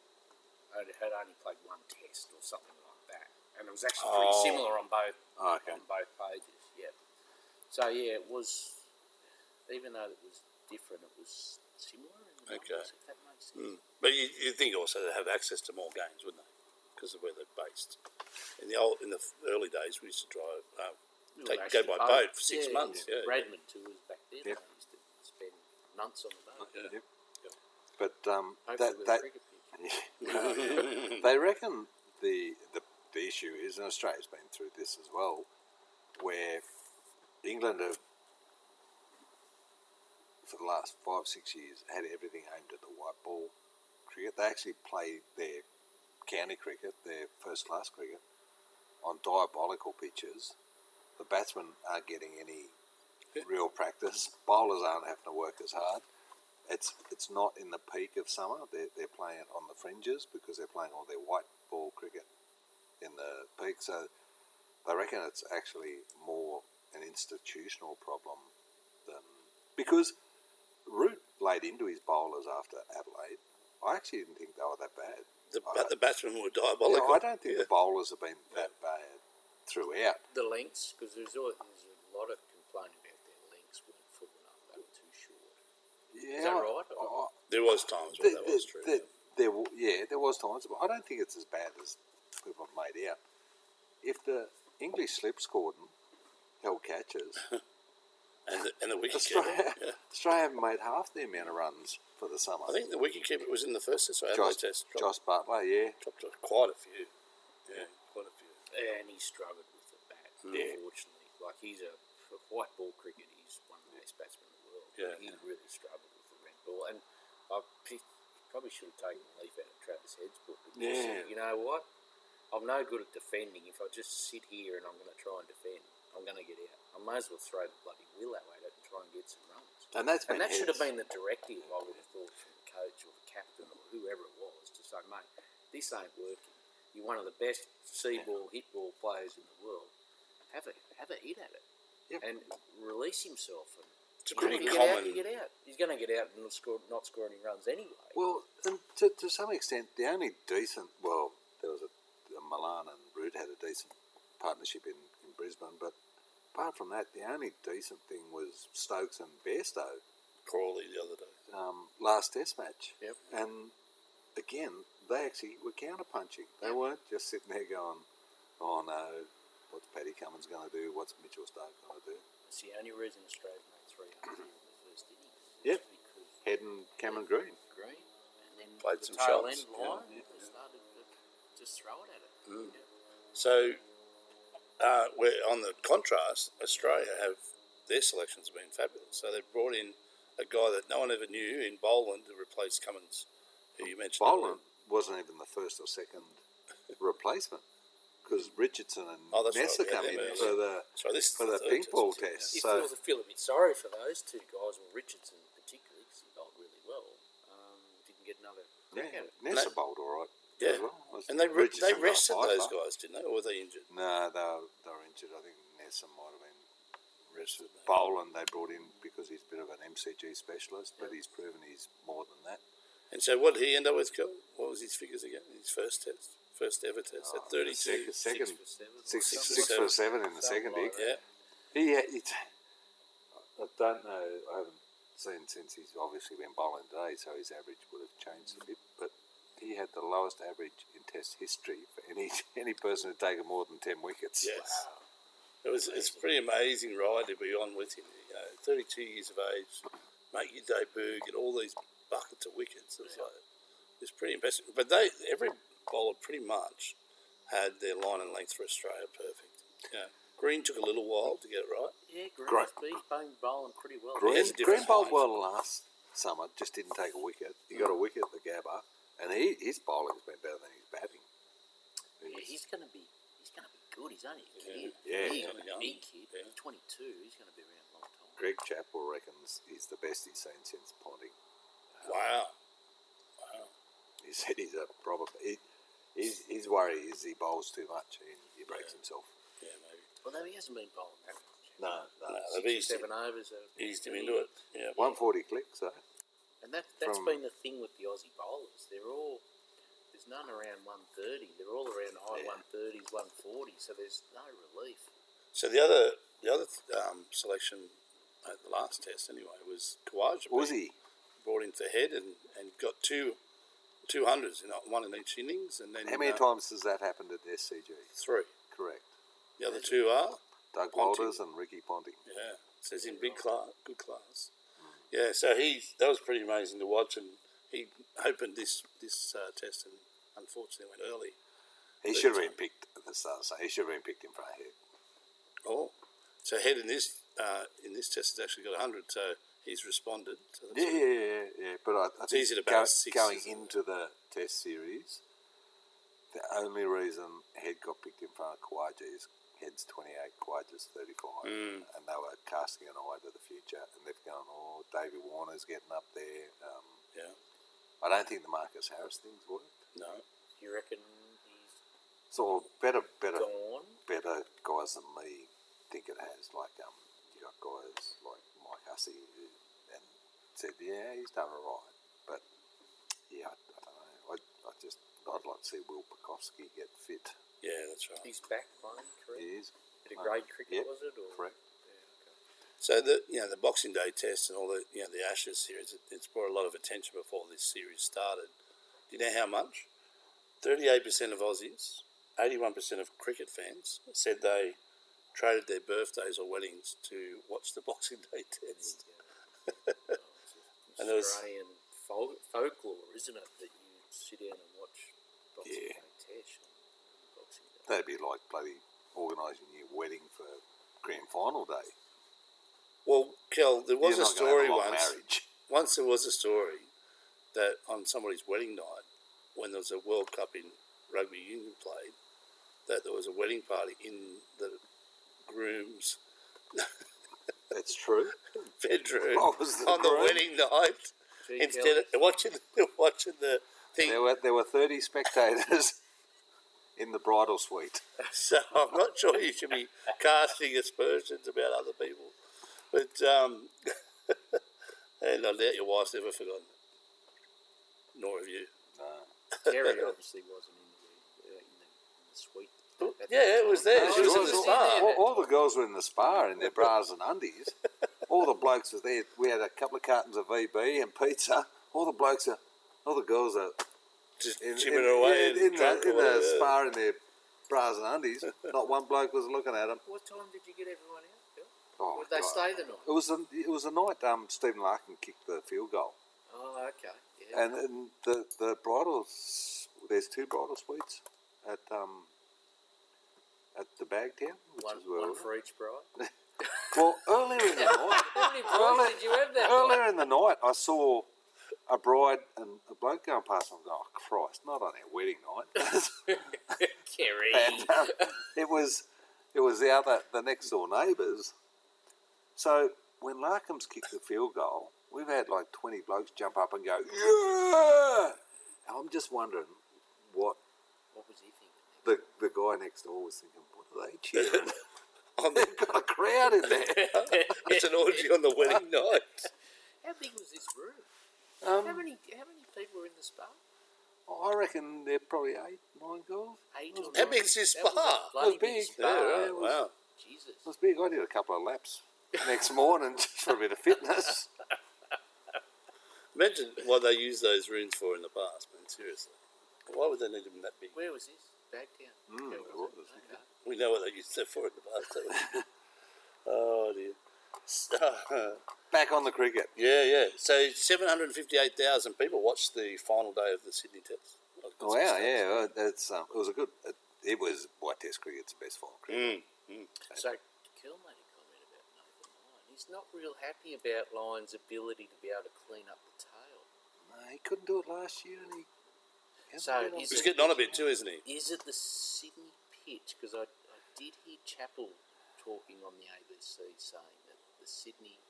[SPEAKER 4] had had only played one test or something like that? And it was actually pretty
[SPEAKER 2] Oh.
[SPEAKER 4] similar on both
[SPEAKER 3] Oh, okay.
[SPEAKER 4] on both pages. Yeah. So yeah, it was. Even though it was different, it was similar. In the
[SPEAKER 2] Okay.
[SPEAKER 4] numbers, If that makes sense.
[SPEAKER 2] Mm. But you, you think also they have access to more games, wouldn't they? Because of where they're based. In the old, in the early days, we used to drive. Uh,
[SPEAKER 4] Well,
[SPEAKER 2] Take-
[SPEAKER 4] actually,
[SPEAKER 2] go by
[SPEAKER 4] both-
[SPEAKER 2] boat for six
[SPEAKER 4] yeah,
[SPEAKER 2] months, yeah, yeah.
[SPEAKER 4] Bradman too was back then.
[SPEAKER 3] Yep.
[SPEAKER 4] I used to spend months on the boat.
[SPEAKER 2] yeah.
[SPEAKER 3] Yep. But um,
[SPEAKER 4] Hopefully
[SPEAKER 3] that,
[SPEAKER 4] with a
[SPEAKER 3] that,
[SPEAKER 4] cricket pitch.
[SPEAKER 3] they reckon the, the the issue is, and Australia's been through this as well, where England have, for the last five six years, had everything aimed at the white ball cricket. They actually play their county cricket, their first class cricket, on diabolical pitches. The batsmen aren't getting any real practice. Bowlers aren't having to work as hard it's it's not in the peak of summer. They're, they're playing it on the fringes because they're playing all their white ball cricket in the peak. So they reckon it's actually more an institutional problem than because Root laid into his bowlers after Adelaide. I actually didn't think they were that bad.
[SPEAKER 2] The,
[SPEAKER 3] I
[SPEAKER 2] but the batsmen were
[SPEAKER 3] You know,
[SPEAKER 2] diabolical.
[SPEAKER 3] I don't think the bowlers have been that bad throughout.
[SPEAKER 4] The links, because there's, al- there's a lot of complaint about their links weren't full enough, they were too short.
[SPEAKER 3] Yeah, I-
[SPEAKER 4] that right?
[SPEAKER 3] I-
[SPEAKER 2] There was times
[SPEAKER 3] the,
[SPEAKER 2] when that
[SPEAKER 3] the,
[SPEAKER 2] was true.
[SPEAKER 3] the, there, w- yeah, there was times, but I don't think it's as bad as people have made out. If the English slips Gordon held catches,
[SPEAKER 2] and the, and the
[SPEAKER 3] Australia,
[SPEAKER 2] wicketkeeper. Yeah.
[SPEAKER 3] Australia haven't made half the amount of runs for the summer.
[SPEAKER 2] I think the wicketkeeper was in the first test. So
[SPEAKER 3] Josh,
[SPEAKER 2] Adelaide test dropped,
[SPEAKER 3] Josh Butler, yeah,
[SPEAKER 2] dropped off quite a few. Yeah, quite a few.
[SPEAKER 4] And he struggled with the bat,
[SPEAKER 3] Yeah.
[SPEAKER 4] unfortunately. Like, he's a, for white ball cricket, he's one of the best batsmen in the world.
[SPEAKER 2] Yeah,
[SPEAKER 4] He really struggled with the red ball. And I p- probably should have taken a leaf out of Travis Head's book. Because,
[SPEAKER 3] Yeah.
[SPEAKER 4] You know what? I'm no good at defending. If I just sit here and I'm going to try and defend, I'm going to get out. I may as well throw the bloody willow at it and try and get some runs.
[SPEAKER 3] and that's been
[SPEAKER 4] And that should have
[SPEAKER 3] his.
[SPEAKER 4] been the directive, I would have thought, from the coach or the captain or whoever it was to say, mate, this ain't working. You're one of the best sea ball, hit ball players in the world. Have a have a hit at it.
[SPEAKER 3] Yep.
[SPEAKER 4] And release himself. And
[SPEAKER 2] It's a
[SPEAKER 4] If
[SPEAKER 2] pretty
[SPEAKER 4] you get out,
[SPEAKER 2] common.
[SPEAKER 4] you get out. He's going to get out and not score, not score any runs anyway.
[SPEAKER 3] Well, and to, to some extent, the only decent, well, there was a, a Milan and Root had a decent partnership in, in Brisbane, but apart from that, the only decent thing was Stokes and Bairstow
[SPEAKER 2] Crawley the other day.
[SPEAKER 3] um, last Test match.
[SPEAKER 4] Yep.
[SPEAKER 3] And again, they actually were counterpunching. They weren't just sitting there going, oh no, what's Paddy Cummins going to do? What's Mitchell Stark going to do?
[SPEAKER 4] That's the only reason Australia made 300 in the first innings.
[SPEAKER 3] Yep.
[SPEAKER 4] Because
[SPEAKER 3] Head and Cameron Green.
[SPEAKER 4] Green and then
[SPEAKER 2] Played
[SPEAKER 4] the
[SPEAKER 2] some
[SPEAKER 4] tail
[SPEAKER 2] shots,
[SPEAKER 4] end
[SPEAKER 2] yeah. Mm.
[SPEAKER 4] line, they started to just throw it at it. Yeah.
[SPEAKER 2] So, uh, we're on the contrast, Australia have their selections have been fabulous. So they've brought in a guy that no one ever knew in Boland to replace Cummins, who you mentioned.
[SPEAKER 3] Boland wasn't even the first or second replacement because Richardson and
[SPEAKER 2] Oh, that's
[SPEAKER 3] Messer
[SPEAKER 2] right, we had
[SPEAKER 3] come in
[SPEAKER 2] them early.
[SPEAKER 3] for the
[SPEAKER 2] So this is
[SPEAKER 3] for
[SPEAKER 2] the
[SPEAKER 3] the
[SPEAKER 2] third
[SPEAKER 3] pink
[SPEAKER 2] test,
[SPEAKER 3] ball
[SPEAKER 2] isn't it?
[SPEAKER 3] test.
[SPEAKER 4] You
[SPEAKER 3] So
[SPEAKER 4] feel, feel a bit sorry for those two guys, well, Richardson particularly, because he bowled really well. Um, didn't get another
[SPEAKER 3] yeah,
[SPEAKER 4] crack at it.
[SPEAKER 3] Nessa bowled all right.
[SPEAKER 2] Yeah.
[SPEAKER 3] as well. Was-
[SPEAKER 2] And they, re-
[SPEAKER 3] Richardson
[SPEAKER 2] they
[SPEAKER 3] got a
[SPEAKER 2] rested those
[SPEAKER 3] fiver.
[SPEAKER 2] guys, didn't they? Or were they injured?
[SPEAKER 3] No, they were, they were injured. I think Nessa might have been rested. Boland they brought in because he's a bit of an MCG specialist, but he's proven he's more than that.
[SPEAKER 2] And so what did he end up with, Kel? What was his figures again? His first test? First ever test
[SPEAKER 3] Uh,
[SPEAKER 2] at 32.
[SPEAKER 3] Second, second
[SPEAKER 4] for seven.
[SPEAKER 2] Six
[SPEAKER 3] six, six,
[SPEAKER 2] for
[SPEAKER 3] six
[SPEAKER 2] seven.
[SPEAKER 3] for seven in the second
[SPEAKER 4] Something
[SPEAKER 3] dig.
[SPEAKER 4] like
[SPEAKER 2] Yeah.
[SPEAKER 3] He, he t- I don't know. I haven't seen since he's obviously been bowling today, so his average would have changed a bit. But he had the lowest average in Test history for any any person who'd taken more than ten wickets.
[SPEAKER 2] Yes. It was, it's a pretty amazing ride to be on with him. You know, 32 years of age, make your debut, get all these buckets of wickets. It was, like, it was pretty impressive. But they every bowler pretty much had their line and length for Australia perfect. Yeah. Green took a little while to get it right.
[SPEAKER 4] Yeah,
[SPEAKER 3] Great.
[SPEAKER 4] Green's been been bowling pretty well.
[SPEAKER 3] Green,
[SPEAKER 2] There's a
[SPEAKER 3] Green
[SPEAKER 2] difference.
[SPEAKER 3] bowled well last summer, just didn't take a wicket. He got a wicket at the Gabba, and he, his bowling's been better than his batting.
[SPEAKER 4] Yeah, he's going to be he's going to be good. He's only a kid.
[SPEAKER 3] Yeah.
[SPEAKER 4] he's
[SPEAKER 2] Yeah.
[SPEAKER 4] a
[SPEAKER 2] Young.
[SPEAKER 4] big kid.
[SPEAKER 2] Yeah.
[SPEAKER 4] 22. He's going to be around a long time.
[SPEAKER 3] Greg Chappell reckons he's the best he's seen since Ponting.
[SPEAKER 2] Wow.
[SPEAKER 3] He said he's a problem. He, his, his worry is he bowls too much and he breaks himself.
[SPEAKER 2] Yeah, maybe.
[SPEAKER 4] Although he hasn't been bowling that much.
[SPEAKER 3] No,
[SPEAKER 2] No,
[SPEAKER 3] no. it's
[SPEAKER 2] Uh, they've eased him,
[SPEAKER 4] Seven overs. Are,
[SPEAKER 2] eased him into it. Yeah.
[SPEAKER 3] 140 clicks, eh? though.
[SPEAKER 4] And that that's
[SPEAKER 3] From-
[SPEAKER 4] been the thing with the Aussie bowlers. They're all there's none around 130. They're all around high
[SPEAKER 3] Yeah.
[SPEAKER 4] 130s, 140. So there's no relief.
[SPEAKER 2] So the other the other um, selection at the last test anyway was Kawaja.
[SPEAKER 3] Was he?
[SPEAKER 2] brought in for head and, and got two two hundreds, you know, one in each innings, and then
[SPEAKER 3] How many
[SPEAKER 2] uh,
[SPEAKER 3] times has that happened at the SCG?
[SPEAKER 2] Three.
[SPEAKER 3] Correct.
[SPEAKER 2] The other two are
[SPEAKER 3] Doug
[SPEAKER 2] Ponting.
[SPEAKER 3] Walters and Ricky Ponting.
[SPEAKER 2] yeah. So he's in big class, good class. Yeah. So he that was pretty amazing to watch, and he opened this this uh, test and unfortunately went early.
[SPEAKER 3] He
[SPEAKER 2] Big
[SPEAKER 3] should have
[SPEAKER 2] time.
[SPEAKER 3] been picked at the start, so he should have been picked in front of him.
[SPEAKER 2] Oh, so head in this uh, in this test has actually got hundred, so he's responded. So that's
[SPEAKER 3] Yeah, yeah, yeah, yeah. But I, I think
[SPEAKER 2] easy to
[SPEAKER 3] go-
[SPEAKER 2] bounce six,
[SPEAKER 3] going
[SPEAKER 2] isn't it?
[SPEAKER 3] into the Test series, the only reason Head got picked in front of Kawaja is Head's 28, Kawaja's 35.
[SPEAKER 2] Mm.
[SPEAKER 3] And they were casting an eye to the future. And they've gone, oh, David Warner's getting up there. Um,
[SPEAKER 2] yeah.
[SPEAKER 3] I don't think the Marcus Harris thing's worked.
[SPEAKER 2] No.
[SPEAKER 4] Do you reckon he's
[SPEAKER 3] So better, better,
[SPEAKER 4] gone?
[SPEAKER 3] better guys than me think it has. Like um, you got guys like Mike Hussey who- and said, yeah, he's done all right, but yeah, I, I don't know. I, I just I'd like to see Will Bukowski get fit.
[SPEAKER 2] Yeah, that's right.
[SPEAKER 4] He's back playing, correct?
[SPEAKER 3] He is.
[SPEAKER 4] At a
[SPEAKER 3] playing.
[SPEAKER 4] grade cricket,
[SPEAKER 3] Yep,
[SPEAKER 4] was it? Or?
[SPEAKER 3] Correct.
[SPEAKER 2] So the you know the Boxing Day Test and all the you know the Ashes series, it, it's brought a lot of attention before this series started. Do you know how much? Thirty-eight percent of Aussies, eighty-one percent of cricket fans said they traded their birthdays or weddings to watch the Boxing Day Test. And there was-
[SPEAKER 4] uh, Australian fol- folklore, isn't it? That you sit down and watch Boxing
[SPEAKER 3] Yeah.
[SPEAKER 4] Day Tesh and Boxing Day.
[SPEAKER 3] That'd be like bloody organising your wedding for grand final day.
[SPEAKER 2] Well, Kel, there was a
[SPEAKER 3] You're not gonna have
[SPEAKER 2] story
[SPEAKER 3] long
[SPEAKER 2] once.
[SPEAKER 3] Marriage.
[SPEAKER 2] Once there was a story that on somebody's wedding night, when there was a World Cup in rugby union played, that there was a wedding party in the groom's
[SPEAKER 3] That's true.
[SPEAKER 2] bedroom
[SPEAKER 3] What was the
[SPEAKER 2] on the
[SPEAKER 3] groom?
[SPEAKER 2] wedding night
[SPEAKER 4] Gee,
[SPEAKER 2] instead of watching the, watching the thing.
[SPEAKER 3] There were there were thirty spectators in the bridal suite.
[SPEAKER 2] So I'm not sure you should be casting aspersions about other people, but um, and I doubt your wife's ever forgotten. it. Nor have you.
[SPEAKER 4] Terry obviously wasn't in the, uh, in the, in the suite. at that
[SPEAKER 2] Yeah, it
[SPEAKER 4] time.
[SPEAKER 2] was there.
[SPEAKER 4] Oh,
[SPEAKER 2] She was
[SPEAKER 4] it
[SPEAKER 2] at
[SPEAKER 4] was
[SPEAKER 2] the
[SPEAKER 4] in
[SPEAKER 2] spa.
[SPEAKER 4] there.
[SPEAKER 3] All, all the girls were in the spa in their bras and undies. All the blokes were there. We had a couple of cartons of VB and pizza. All the blokes are. All the girls are
[SPEAKER 2] Just
[SPEAKER 3] in,
[SPEAKER 2] chipping
[SPEAKER 3] in-
[SPEAKER 2] away
[SPEAKER 3] in,
[SPEAKER 2] and
[SPEAKER 3] in the,
[SPEAKER 2] drunk or
[SPEAKER 3] in the
[SPEAKER 2] whatever.
[SPEAKER 3] spa in their bras and undies. Not one bloke was looking at them.
[SPEAKER 4] What time did you get everyone out? Bill?
[SPEAKER 3] Oh,
[SPEAKER 4] Or did they
[SPEAKER 3] God.
[SPEAKER 4] stay the night?
[SPEAKER 3] It was the it was the night um, Stephen Larkin kicked the field goal,
[SPEAKER 4] Oh, okay. Yeah.
[SPEAKER 3] and, and the the bridal s- there's two bridal suites at um at the Bagtown, which
[SPEAKER 4] one,
[SPEAKER 3] is where
[SPEAKER 4] one
[SPEAKER 3] we-
[SPEAKER 4] for each bride.
[SPEAKER 3] well earlier in the night,
[SPEAKER 4] How many brides did you have that night?
[SPEAKER 3] earlier in the night I saw a bride and a bloke going past. and I'm going, oh Christ, not on our wedding night.
[SPEAKER 4] Kerry.
[SPEAKER 3] and um, it was it was the other the next door neighbours. So when Larkham's kicked the field goal, we've had like twenty blokes jump up and go, yeah. And I'm just wondering what
[SPEAKER 4] What was he thinking?
[SPEAKER 3] the the guy next door was thinking. What are they cheering?
[SPEAKER 2] On the,
[SPEAKER 3] They've got a crowd in there.
[SPEAKER 2] it's an orgy on the wedding night.
[SPEAKER 4] How big was this room? how
[SPEAKER 3] Um,
[SPEAKER 4] many how many people were in the spa?
[SPEAKER 3] I reckon they're probably eight, nine girls.
[SPEAKER 4] Eight or
[SPEAKER 2] How
[SPEAKER 4] nine?
[SPEAKER 2] big's this
[SPEAKER 4] That was a
[SPEAKER 2] spa?
[SPEAKER 4] bloody
[SPEAKER 3] It was big.
[SPEAKER 4] spa.
[SPEAKER 2] Yeah, right,
[SPEAKER 3] it was-
[SPEAKER 2] wow.
[SPEAKER 4] Jesus.
[SPEAKER 3] It was big. I did a couple of laps next morning just for a bit of fitness.
[SPEAKER 2] Imagine what they used those rooms for in the past, man. Seriously, why would they need them that big?
[SPEAKER 4] Where was this? Bagtown.
[SPEAKER 3] Mm,
[SPEAKER 4] How
[SPEAKER 3] it
[SPEAKER 4] was
[SPEAKER 3] was,
[SPEAKER 4] it? Okay.
[SPEAKER 2] We know what they used them for in the past. Don't we? oh dear. So-
[SPEAKER 3] Back on the cricket.
[SPEAKER 2] yeah, yeah. So seven hundred fifty-eight thousand people watched the final day of the Sydney Test. Like, that's
[SPEAKER 3] Oh, Wow,
[SPEAKER 2] just-
[SPEAKER 3] yeah, well, that's um, it was a good. It, it was White Test cricket's the best final cricket.
[SPEAKER 2] Mm.
[SPEAKER 4] So Kel made a comment about Nathan Lyon. He's not real happy about Lyon's ability to be able to clean up the tail.
[SPEAKER 3] No, he couldn't do it last year, and he. hasn't
[SPEAKER 4] So
[SPEAKER 3] been on-
[SPEAKER 4] is
[SPEAKER 2] He's getting on a bit too, isn't he?
[SPEAKER 4] Is it the Sydney pitch? Because I, I did hear Chappell talking on the ABC saying that the Sydney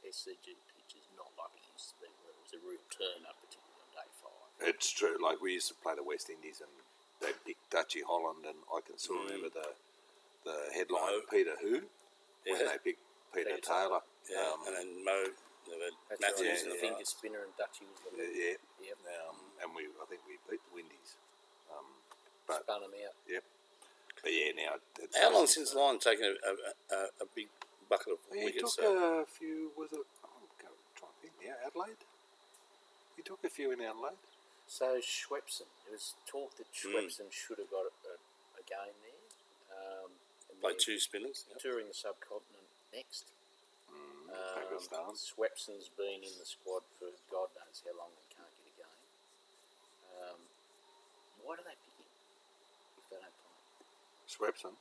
[SPEAKER 4] SCG pitch is not like it used to be. Well, it was a real turn up, particularly on day five.
[SPEAKER 3] it's true. Like we used to play the West Indies, and they picked Dutchy Holland, and I can
[SPEAKER 2] Mm.
[SPEAKER 3] still remember the the headline
[SPEAKER 2] No.
[SPEAKER 3] Peter Who when
[SPEAKER 2] Oh. Yeah.
[SPEAKER 3] they picked Peter,
[SPEAKER 4] Peter
[SPEAKER 3] Taylor.
[SPEAKER 4] Taylor.
[SPEAKER 2] Yeah.
[SPEAKER 3] Um,
[SPEAKER 2] and then Mo, you know,
[SPEAKER 4] That's
[SPEAKER 2] Matthews, and
[SPEAKER 3] yeah,
[SPEAKER 4] right. the
[SPEAKER 2] the
[SPEAKER 4] finger spinner and Dutchie was the
[SPEAKER 3] uh, yeah,
[SPEAKER 4] Yep.
[SPEAKER 3] um, and we I think we beat the Windies. Um, but
[SPEAKER 4] spun him out.
[SPEAKER 3] yep. But yeah, now it's-
[SPEAKER 2] How long since Lyon taken a, a, a, a big bucket of
[SPEAKER 3] He
[SPEAKER 2] wickets? uh,
[SPEAKER 3] took uh,
[SPEAKER 2] So
[SPEAKER 3] a few. Was it? I'm going to try and think. Yeah, Adelaide. He took a few in Adelaide.
[SPEAKER 4] So Schwepson, there was talk that
[SPEAKER 2] Hmm.
[SPEAKER 4] Schwepson should have got a, a, a game there. Um, and
[SPEAKER 2] by
[SPEAKER 4] then
[SPEAKER 2] two spinners. Yep.
[SPEAKER 4] touring the subcontinent next.
[SPEAKER 3] take us down.
[SPEAKER 4] Um, Swepson's been in the squad for God knows how long and can't get a game. Um, why do they pick him if they don't play?
[SPEAKER 3] Swepson.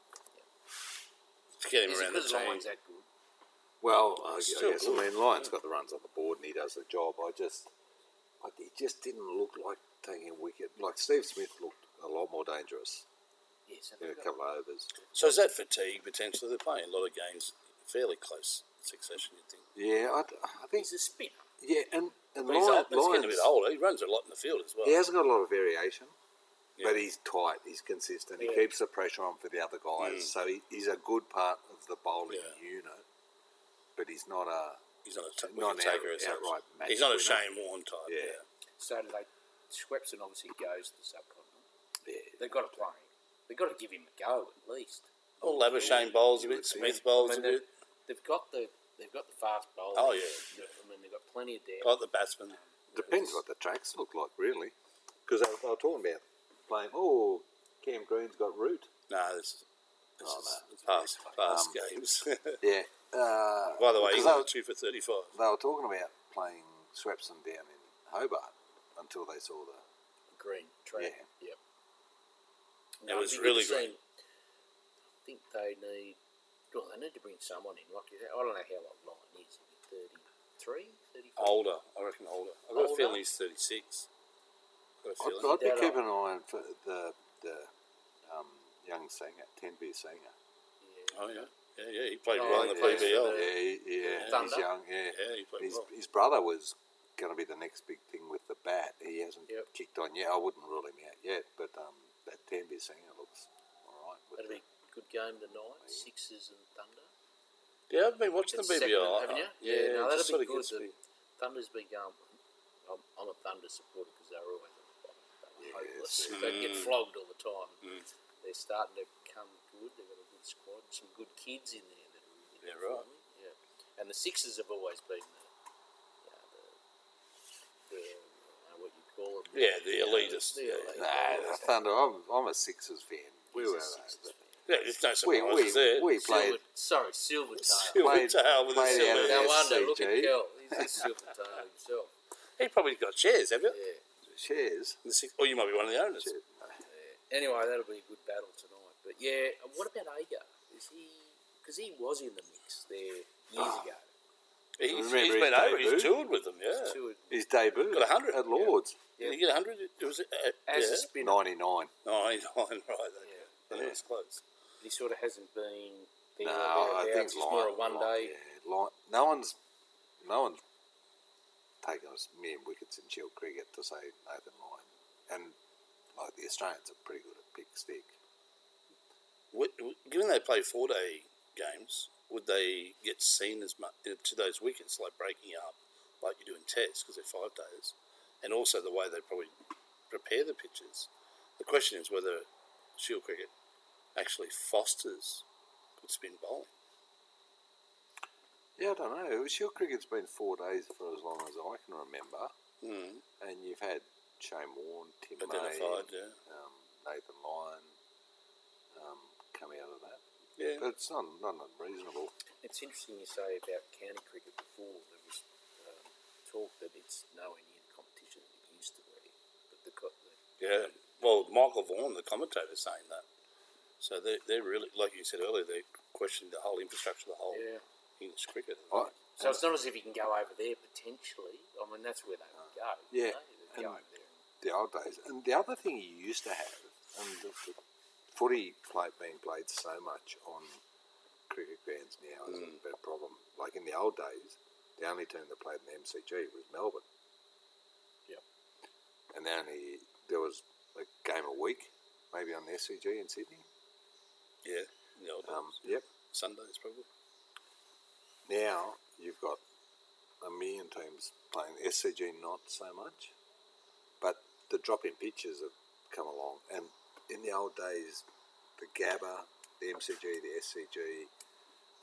[SPEAKER 2] To get him
[SPEAKER 4] Is it
[SPEAKER 2] around the
[SPEAKER 4] because
[SPEAKER 2] team.
[SPEAKER 4] Lyon's that good?
[SPEAKER 3] Well, I, gu-
[SPEAKER 2] Still
[SPEAKER 3] I guess
[SPEAKER 2] good.
[SPEAKER 3] I mean Lyon's got the runs on the board and he does the job. I just, I, he just didn't look like taking a wicket. Like Steve Smith looked a lot more dangerous
[SPEAKER 4] Yes, and
[SPEAKER 3] in a
[SPEAKER 4] they've got-
[SPEAKER 3] couple of overs.
[SPEAKER 2] So is that fatigue potentially? They're playing a lot of games fairly close succession, you'd think.
[SPEAKER 3] Yeah, I, d- I think.
[SPEAKER 4] he's a spinner.
[SPEAKER 3] Yeah, and and
[SPEAKER 2] But he's,
[SPEAKER 3] Lyon,
[SPEAKER 2] old, he's getting a bit
[SPEAKER 3] Lyon's-
[SPEAKER 2] older. He runs a lot in the field as well.
[SPEAKER 3] he hasn't got a lot of variation,
[SPEAKER 2] Yeah.
[SPEAKER 3] but he's tight. He's consistent.
[SPEAKER 4] Yeah.
[SPEAKER 3] He keeps the pressure on for the other guys. So he, he's a good part of the bowling
[SPEAKER 2] Mm. Yeah.
[SPEAKER 3] unit, but he's not a.
[SPEAKER 2] He's not a t-
[SPEAKER 3] Not
[SPEAKER 2] wicket
[SPEAKER 3] an
[SPEAKER 2] taker
[SPEAKER 3] out-
[SPEAKER 2] as such.
[SPEAKER 3] outright match
[SPEAKER 2] He's not a
[SPEAKER 3] winner.
[SPEAKER 2] Shane Warne type.
[SPEAKER 3] Yeah.
[SPEAKER 2] Yeah.
[SPEAKER 4] So do they, Schwepson obviously goes to the subcontinent. They've got to play. him. They've got to give him a go at least.
[SPEAKER 2] Well, Labuschagne bowls a
[SPEAKER 3] you
[SPEAKER 2] bit,
[SPEAKER 3] would think.
[SPEAKER 2] Smith bowls
[SPEAKER 4] I mean,
[SPEAKER 2] a bit.
[SPEAKER 4] they've, they've got the they've got the fast bowlers.
[SPEAKER 2] Oh, yeah.
[SPEAKER 4] I mean, they've got plenty of depth.
[SPEAKER 2] Like the batsman.
[SPEAKER 3] Depends what the tracks look like, really. Because they, they were talking about playing, oh, Cam Green's got root.
[SPEAKER 2] No, this is, this
[SPEAKER 3] Oh,
[SPEAKER 2] is
[SPEAKER 3] no, it's
[SPEAKER 2] past,
[SPEAKER 3] really tight.
[SPEAKER 2] past
[SPEAKER 3] Um,
[SPEAKER 2] games.
[SPEAKER 3] Yeah. Uh,
[SPEAKER 2] By the way,
[SPEAKER 3] because
[SPEAKER 2] he's
[SPEAKER 3] they,
[SPEAKER 2] only
[SPEAKER 3] were,
[SPEAKER 2] two for 35.
[SPEAKER 3] they were talking about playing Swepson down in Hobart until they saw the.
[SPEAKER 4] green track.
[SPEAKER 3] Yeah.
[SPEAKER 4] Yep.
[SPEAKER 2] It was
[SPEAKER 4] I think
[SPEAKER 2] really
[SPEAKER 4] it's
[SPEAKER 2] green.
[SPEAKER 4] seen- I think they need. Well, they need to bring someone in. Like you say, I don't know how old Lyon is. 33, 35?
[SPEAKER 2] Older, I reckon older. I've got a
[SPEAKER 4] Older?
[SPEAKER 2] feeling he's 36. I've got a
[SPEAKER 3] I'd,
[SPEAKER 2] feeling.
[SPEAKER 3] I'd be
[SPEAKER 4] That, uh,
[SPEAKER 3] keeping an eye on for the, the um, young singer, Tenby singer.
[SPEAKER 4] Yeah.
[SPEAKER 2] Oh, yeah. Yeah, yeah, he played
[SPEAKER 4] Oh,
[SPEAKER 2] well in the
[SPEAKER 4] yeah,
[SPEAKER 2] PBL.
[SPEAKER 4] yeah.
[SPEAKER 2] Yeah,
[SPEAKER 3] Yeah, he- yeah,
[SPEAKER 4] Thunder.
[SPEAKER 3] he's young. Yeah,
[SPEAKER 2] he played
[SPEAKER 3] his,
[SPEAKER 2] well.
[SPEAKER 3] his brother was going to be the next big thing with the bat. He hasn't
[SPEAKER 4] Yep.
[SPEAKER 3] kicked on yet. I wouldn't rule him out yet, but um, that Tenby singer looks all right. with
[SPEAKER 4] That'll be a good game tonight. Sixes and Thunder.
[SPEAKER 2] Yeah, I've been watching
[SPEAKER 4] It's
[SPEAKER 2] the
[SPEAKER 4] second,
[SPEAKER 2] BBL. I-
[SPEAKER 4] haven't you?
[SPEAKER 2] I-
[SPEAKER 4] Yeah, no,
[SPEAKER 2] it just
[SPEAKER 4] that'll be
[SPEAKER 2] sort of
[SPEAKER 4] good.
[SPEAKER 2] gets
[SPEAKER 4] The
[SPEAKER 2] me.
[SPEAKER 4] Thunder's been going. I'm, I'm a Thunder supporter because they're always at the bottom. They're
[SPEAKER 3] Yes.
[SPEAKER 4] hopeless. They get
[SPEAKER 2] Mm.
[SPEAKER 4] flogged all the time. They're starting to come good. They've got a good squad. Some good kids in there that are really
[SPEAKER 2] Yeah,
[SPEAKER 4] performing.
[SPEAKER 2] right.
[SPEAKER 4] Yeah. And the Sixes have always been the, you know, the, the I don't know what you call them.
[SPEAKER 2] Yeah, the
[SPEAKER 4] You know,
[SPEAKER 2] elitists.
[SPEAKER 4] the
[SPEAKER 2] Yeah,
[SPEAKER 4] elitists.
[SPEAKER 3] Nah, the Thunder. I'm, I'm a Sixers fan. We
[SPEAKER 4] He's a
[SPEAKER 3] were.
[SPEAKER 4] Sixers
[SPEAKER 3] uh,
[SPEAKER 4] fan.
[SPEAKER 2] Yeah, there's no
[SPEAKER 3] We,
[SPEAKER 2] surprises
[SPEAKER 3] we,
[SPEAKER 2] there.
[SPEAKER 3] we played.
[SPEAKER 4] Silver, sorry, Silvertail.
[SPEAKER 2] Silver
[SPEAKER 3] played-
[SPEAKER 2] tail with a
[SPEAKER 3] played
[SPEAKER 2] silver
[SPEAKER 3] out
[SPEAKER 2] hair.
[SPEAKER 4] No
[SPEAKER 3] Yeah,
[SPEAKER 4] wonder, look at
[SPEAKER 3] CG.
[SPEAKER 4] Kel. He's a Silvertail himself.
[SPEAKER 2] He probably got shares, have you?
[SPEAKER 4] Yeah.
[SPEAKER 3] Shares.
[SPEAKER 2] The six- Or you might be one of the owners.
[SPEAKER 3] Shares.
[SPEAKER 4] Anyway, that'll be a good battle tonight. But yeah, what about Agar? Is he? Because he was in the mix there years
[SPEAKER 3] Oh.
[SPEAKER 4] ago.
[SPEAKER 2] He's,
[SPEAKER 3] Remember
[SPEAKER 2] he's
[SPEAKER 3] his
[SPEAKER 2] been over. He's
[SPEAKER 3] debut?
[SPEAKER 2] toured with them. Yeah.
[SPEAKER 4] Two had-
[SPEAKER 3] His debut.
[SPEAKER 2] Got a hundred.
[SPEAKER 3] at Lords.
[SPEAKER 2] Did he get 100? It was uh,
[SPEAKER 4] As a
[SPEAKER 2] yeah. Oh,
[SPEAKER 4] spinner,
[SPEAKER 3] 99.
[SPEAKER 2] nine, nine, right? Okay.
[SPEAKER 4] Yeah.
[SPEAKER 2] Then it was close.
[SPEAKER 4] he sort of hasn't been. There
[SPEAKER 3] No, I
[SPEAKER 4] or
[SPEAKER 3] think
[SPEAKER 4] thereabouts. He's more a
[SPEAKER 3] Lyon-
[SPEAKER 4] one day.
[SPEAKER 3] yeah, Lyon- no one's, no one's taken us mere wickets in Shield cricket to say Nathan Lyon, and like the Australians are pretty good at pick stick.
[SPEAKER 2] Would, would, given they play four day games, would they get seen as much uh, to those wickets like breaking up, like you do in tests because they're five days, and also the way they probably prepare the pitches? The question is whether Shield cricket actually fosters good spin bowling.
[SPEAKER 3] Yeah, I don't know. Shield cricket's been four days for as long as I can remember,
[SPEAKER 2] Mm.
[SPEAKER 3] and you've had Shane Warne, Tim
[SPEAKER 2] Identified, yeah.
[SPEAKER 3] May, um, Nathan Lyon um, come out of that.
[SPEAKER 2] Yeah.
[SPEAKER 3] But it's not, not unreasonable.
[SPEAKER 4] It's interesting you say about county cricket before. There was um, talk that it's nowhere near the competition that it used to be. But the, co- the
[SPEAKER 2] Yeah. Well, Michael Vaughan, the commentator, is saying that. So they're, they're really, like you said earlier, they're questioning the whole infrastructure,
[SPEAKER 3] Oh.
[SPEAKER 2] the whole
[SPEAKER 4] Yeah.
[SPEAKER 2] English cricket.
[SPEAKER 3] I,
[SPEAKER 4] So it's not as if you can go over there potentially. I mean, that's where they would go.
[SPEAKER 3] Yeah,
[SPEAKER 4] You know? They'd go
[SPEAKER 3] and-
[SPEAKER 4] over there.
[SPEAKER 3] the old days. And the other thing you used to have, and the, the footy play, being played so much on cricket grounds now is a bit of a problem. Like in the old days, the only team that played in the MCG was Melbourne.
[SPEAKER 4] Yep.
[SPEAKER 3] And the only, there was a game a week, maybe on the SCG in Sydney.
[SPEAKER 2] Yeah. In the old days.
[SPEAKER 3] Um, yep.
[SPEAKER 2] Sundays, probably.
[SPEAKER 3] Now you've got a million teams playing SCG, not so much, but the drop in pitches have come along. And in the old days, the Gabba, the MCG, the SCG,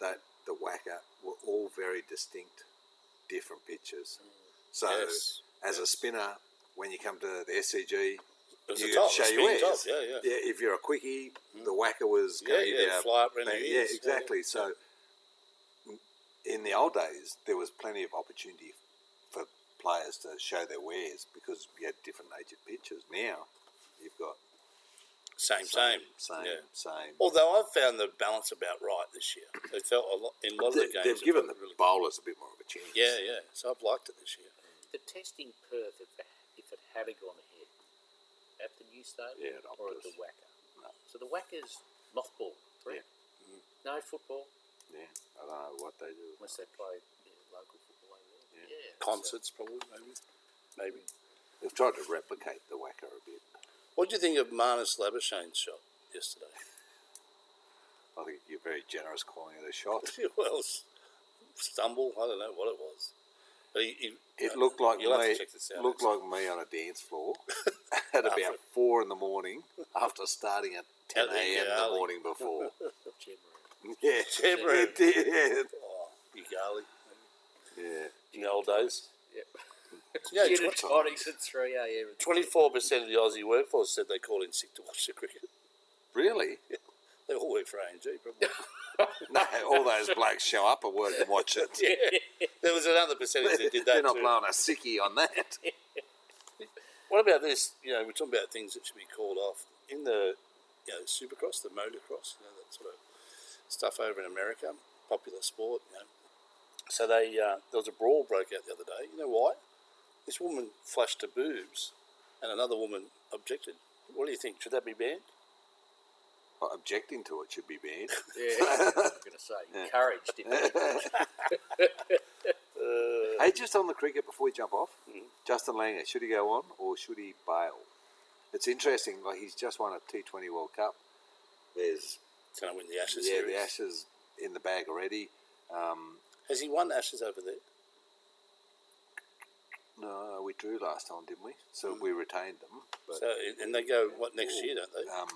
[SPEAKER 3] that the Wacker were all very distinct, different pitches. So
[SPEAKER 2] Mm. Yes.
[SPEAKER 3] as a spinner, when you come to the SCG,
[SPEAKER 2] It was
[SPEAKER 3] you
[SPEAKER 2] a top,
[SPEAKER 3] show
[SPEAKER 2] a
[SPEAKER 3] your
[SPEAKER 2] spin
[SPEAKER 3] wares.
[SPEAKER 2] top. Yeah, yeah. Mm.
[SPEAKER 3] If you're a quickie, the whacker was
[SPEAKER 2] Yeah,
[SPEAKER 3] going
[SPEAKER 2] yeah,
[SPEAKER 3] to be our-
[SPEAKER 2] fly up around your
[SPEAKER 3] Yeah,
[SPEAKER 2] ears.
[SPEAKER 3] exactly. So in the old days, there was plenty of opportunity for players to show their wares because we had different natured pitches. Now you've got
[SPEAKER 2] Same, same.
[SPEAKER 3] same,
[SPEAKER 2] Yeah.
[SPEAKER 3] same.
[SPEAKER 2] Although I've found the balance about right this year. They felt a lot in a lot of the
[SPEAKER 3] They,
[SPEAKER 2] games.
[SPEAKER 3] have
[SPEAKER 2] they
[SPEAKER 3] given the
[SPEAKER 2] felt really
[SPEAKER 3] bowlers a bit more of a chance.
[SPEAKER 2] Yeah, yeah. So I've liked it this year.
[SPEAKER 4] The test in Perth, if, if it had a gone ahead, at the new
[SPEAKER 3] Yeah,
[SPEAKER 4] stadium
[SPEAKER 3] at
[SPEAKER 4] or at the
[SPEAKER 3] Optus.
[SPEAKER 4] Wacker.
[SPEAKER 3] No.
[SPEAKER 4] So the Wacker's mothball, right? No football
[SPEAKER 3] yeah. I don't know what they do.
[SPEAKER 4] unless they play yeah, local football over there. Yeah. so-
[SPEAKER 2] Concerts, probably, maybe. Maybe.
[SPEAKER 3] They've tried to replicate the whacker a bit.
[SPEAKER 2] What do you think of Marnus Labuschagne's shot yesterday?
[SPEAKER 3] I think you're very generous calling it a shot.
[SPEAKER 2] well, s- stumble. I don't know what it was. But he, he,
[SPEAKER 3] It
[SPEAKER 2] uh,
[SPEAKER 3] looked like
[SPEAKER 2] you'll have
[SPEAKER 3] me.
[SPEAKER 2] to check this out.
[SPEAKER 3] Looked like me on a dance floor, at
[SPEAKER 2] After-
[SPEAKER 3] about four in the morning after starting at ten
[SPEAKER 2] At the
[SPEAKER 3] a.m. the
[SPEAKER 2] early.
[SPEAKER 3] morning before.
[SPEAKER 4] Generally.
[SPEAKER 3] yeah,
[SPEAKER 2] Every-
[SPEAKER 3] it did.
[SPEAKER 2] Oh, you garlic.
[SPEAKER 3] Yeah,
[SPEAKER 2] In the old days.
[SPEAKER 4] Yep.
[SPEAKER 2] Yeah,
[SPEAKER 4] Gin and
[SPEAKER 2] tw-
[SPEAKER 4] tonics at 3 a.m.
[SPEAKER 2] Twenty-four percent of the Aussie workforce said they call in sick to watch the cricket.
[SPEAKER 3] really.
[SPEAKER 2] They all work for ANG, probably.
[SPEAKER 3] No, all those blokes show up at work and watch it.
[SPEAKER 2] there was another percentage that did
[SPEAKER 3] They're
[SPEAKER 2] that
[SPEAKER 3] not
[SPEAKER 2] too.
[SPEAKER 3] blowing a sickie on that.
[SPEAKER 2] What about this? You know, we're talking about things that should be called off in the you know, supercross, the motocross, you know, that sort of stuff over in America, popular sport. You know. So they uh, there was a brawl broke out the other day. You know why? This woman flashed her boobs, and another woman objected. What do you think? Should that be banned?
[SPEAKER 3] Well, objecting to it should be banned.
[SPEAKER 4] Yeah, I was going to say, encouraged him.
[SPEAKER 3] Hey, just on the cricket before we jump off,
[SPEAKER 2] Mm-hmm.
[SPEAKER 3] Justin Langer, should he go on or should he bail? It's interesting. Like he's just won a T Twenty World Cup. There's
[SPEAKER 2] Can I win the Ashes
[SPEAKER 3] yeah,
[SPEAKER 2] series?
[SPEAKER 3] the Ashes in the bag already. Um,
[SPEAKER 2] Has he won Ashes over there?
[SPEAKER 3] no, we drew last time, didn't we? So we retained them. But
[SPEAKER 2] So and they go what next year, don't they?
[SPEAKER 3] um,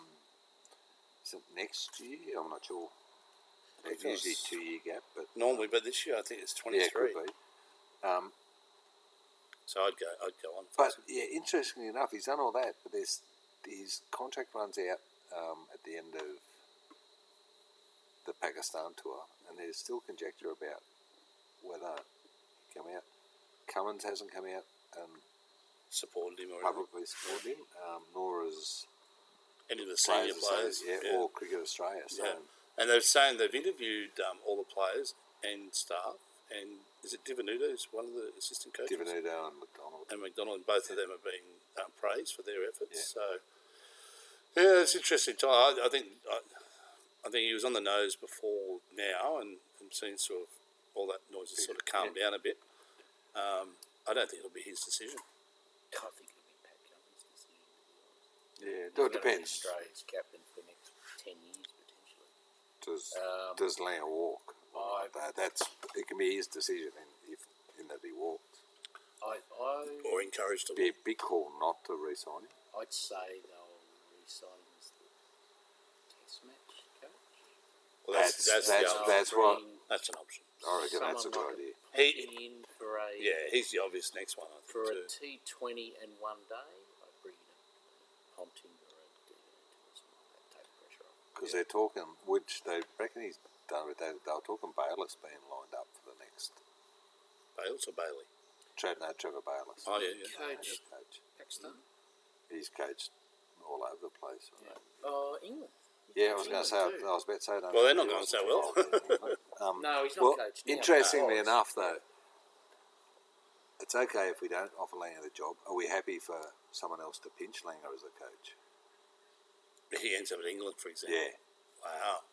[SPEAKER 3] is it next year? I'm not sure. It's
[SPEAKER 2] Because-
[SPEAKER 3] usually two year gap, but
[SPEAKER 2] Normally, but this year I think it's
[SPEAKER 3] yeah, it
[SPEAKER 2] twenty-three.
[SPEAKER 3] could be. Um,
[SPEAKER 2] so I'd go. I'd go on.
[SPEAKER 3] But yeah, interestingly enough, he's done all that, but there's his contract runs out um, at the end of the Pakistan tour, and there's still conjecture about whether he come out. Cummins hasn't come out and
[SPEAKER 2] supported him or anything.
[SPEAKER 3] publicly supported him, um, nor has
[SPEAKER 2] any of the senior
[SPEAKER 3] players,
[SPEAKER 2] players.
[SPEAKER 3] Association- yeah, or Cricket Australia. So
[SPEAKER 2] Yeah. And they're saying they've interviewed um, all the players and staff. And is it Divenuto who's one of the assistant coaches?
[SPEAKER 3] Divinudo and McDonald.
[SPEAKER 2] And McDonald, and both of them have been um, praised for their efforts. So, yeah, it's interesting time. I, I think I, I think he was on the nose before now, and, and seen sort of all that noise has sort of calmed down a bit. Um, I don't think it'll be his decision.
[SPEAKER 4] can't think it'll be Pat Cummins this year.
[SPEAKER 3] Yeah, no, it
[SPEAKER 4] He's gonna be
[SPEAKER 3] depends.
[SPEAKER 4] Australia's captain for the next 10 years, potentially.
[SPEAKER 3] Does
[SPEAKER 4] Um,
[SPEAKER 3] does Langer walk?
[SPEAKER 4] I-
[SPEAKER 3] That- that's it can be his decision, in, if in that he walks.
[SPEAKER 4] I, I,
[SPEAKER 2] Or encouraged to
[SPEAKER 3] Be a big call not to re-sign him.
[SPEAKER 4] I'd say they'll resign him as the test match coach.
[SPEAKER 2] Well, that's, that's,
[SPEAKER 3] That's- that's-
[SPEAKER 2] the,
[SPEAKER 4] They'll
[SPEAKER 2] op-
[SPEAKER 3] that's what-
[SPEAKER 4] bring
[SPEAKER 2] that's an option.
[SPEAKER 3] I reckon that's a
[SPEAKER 4] someone
[SPEAKER 3] good idea.
[SPEAKER 4] like
[SPEAKER 2] He-
[SPEAKER 4] Payne in for a,
[SPEAKER 2] Yeah, he's the obvious next one. I think,
[SPEAKER 4] for
[SPEAKER 2] too.
[SPEAKER 4] a T20 and one day. I'd bring in a Ponting or a Dino to take pressure off.
[SPEAKER 3] because they're talking, which they reckon he's done with. They, they were talking Bayless being lined up for the next.
[SPEAKER 2] Bales or Bailey?
[SPEAKER 3] Tre, no, Trevor Bayless.
[SPEAKER 2] Oh, yeah, yeah.
[SPEAKER 3] He's
[SPEAKER 4] Coach.
[SPEAKER 3] coach.
[SPEAKER 4] Pakistan?
[SPEAKER 3] He's coached all over the place. I know.
[SPEAKER 4] Uh, England.
[SPEAKER 3] Yeah, I was going to say. I,
[SPEAKER 4] England too.
[SPEAKER 3] I was about to say. I don't
[SPEAKER 2] Well, they're
[SPEAKER 3] know
[SPEAKER 2] not going
[SPEAKER 3] if he was
[SPEAKER 2] so
[SPEAKER 3] involved in it. um,
[SPEAKER 4] No, he's not
[SPEAKER 3] well,
[SPEAKER 4] coached now,
[SPEAKER 3] Interestingly
[SPEAKER 4] no.
[SPEAKER 3] enough, though, it's okay if we don't offer Langer the job. Are we happy for someone else to pinch Langer as a coach?
[SPEAKER 2] He ends up at England, for example.
[SPEAKER 3] Yeah.
[SPEAKER 2] Wow.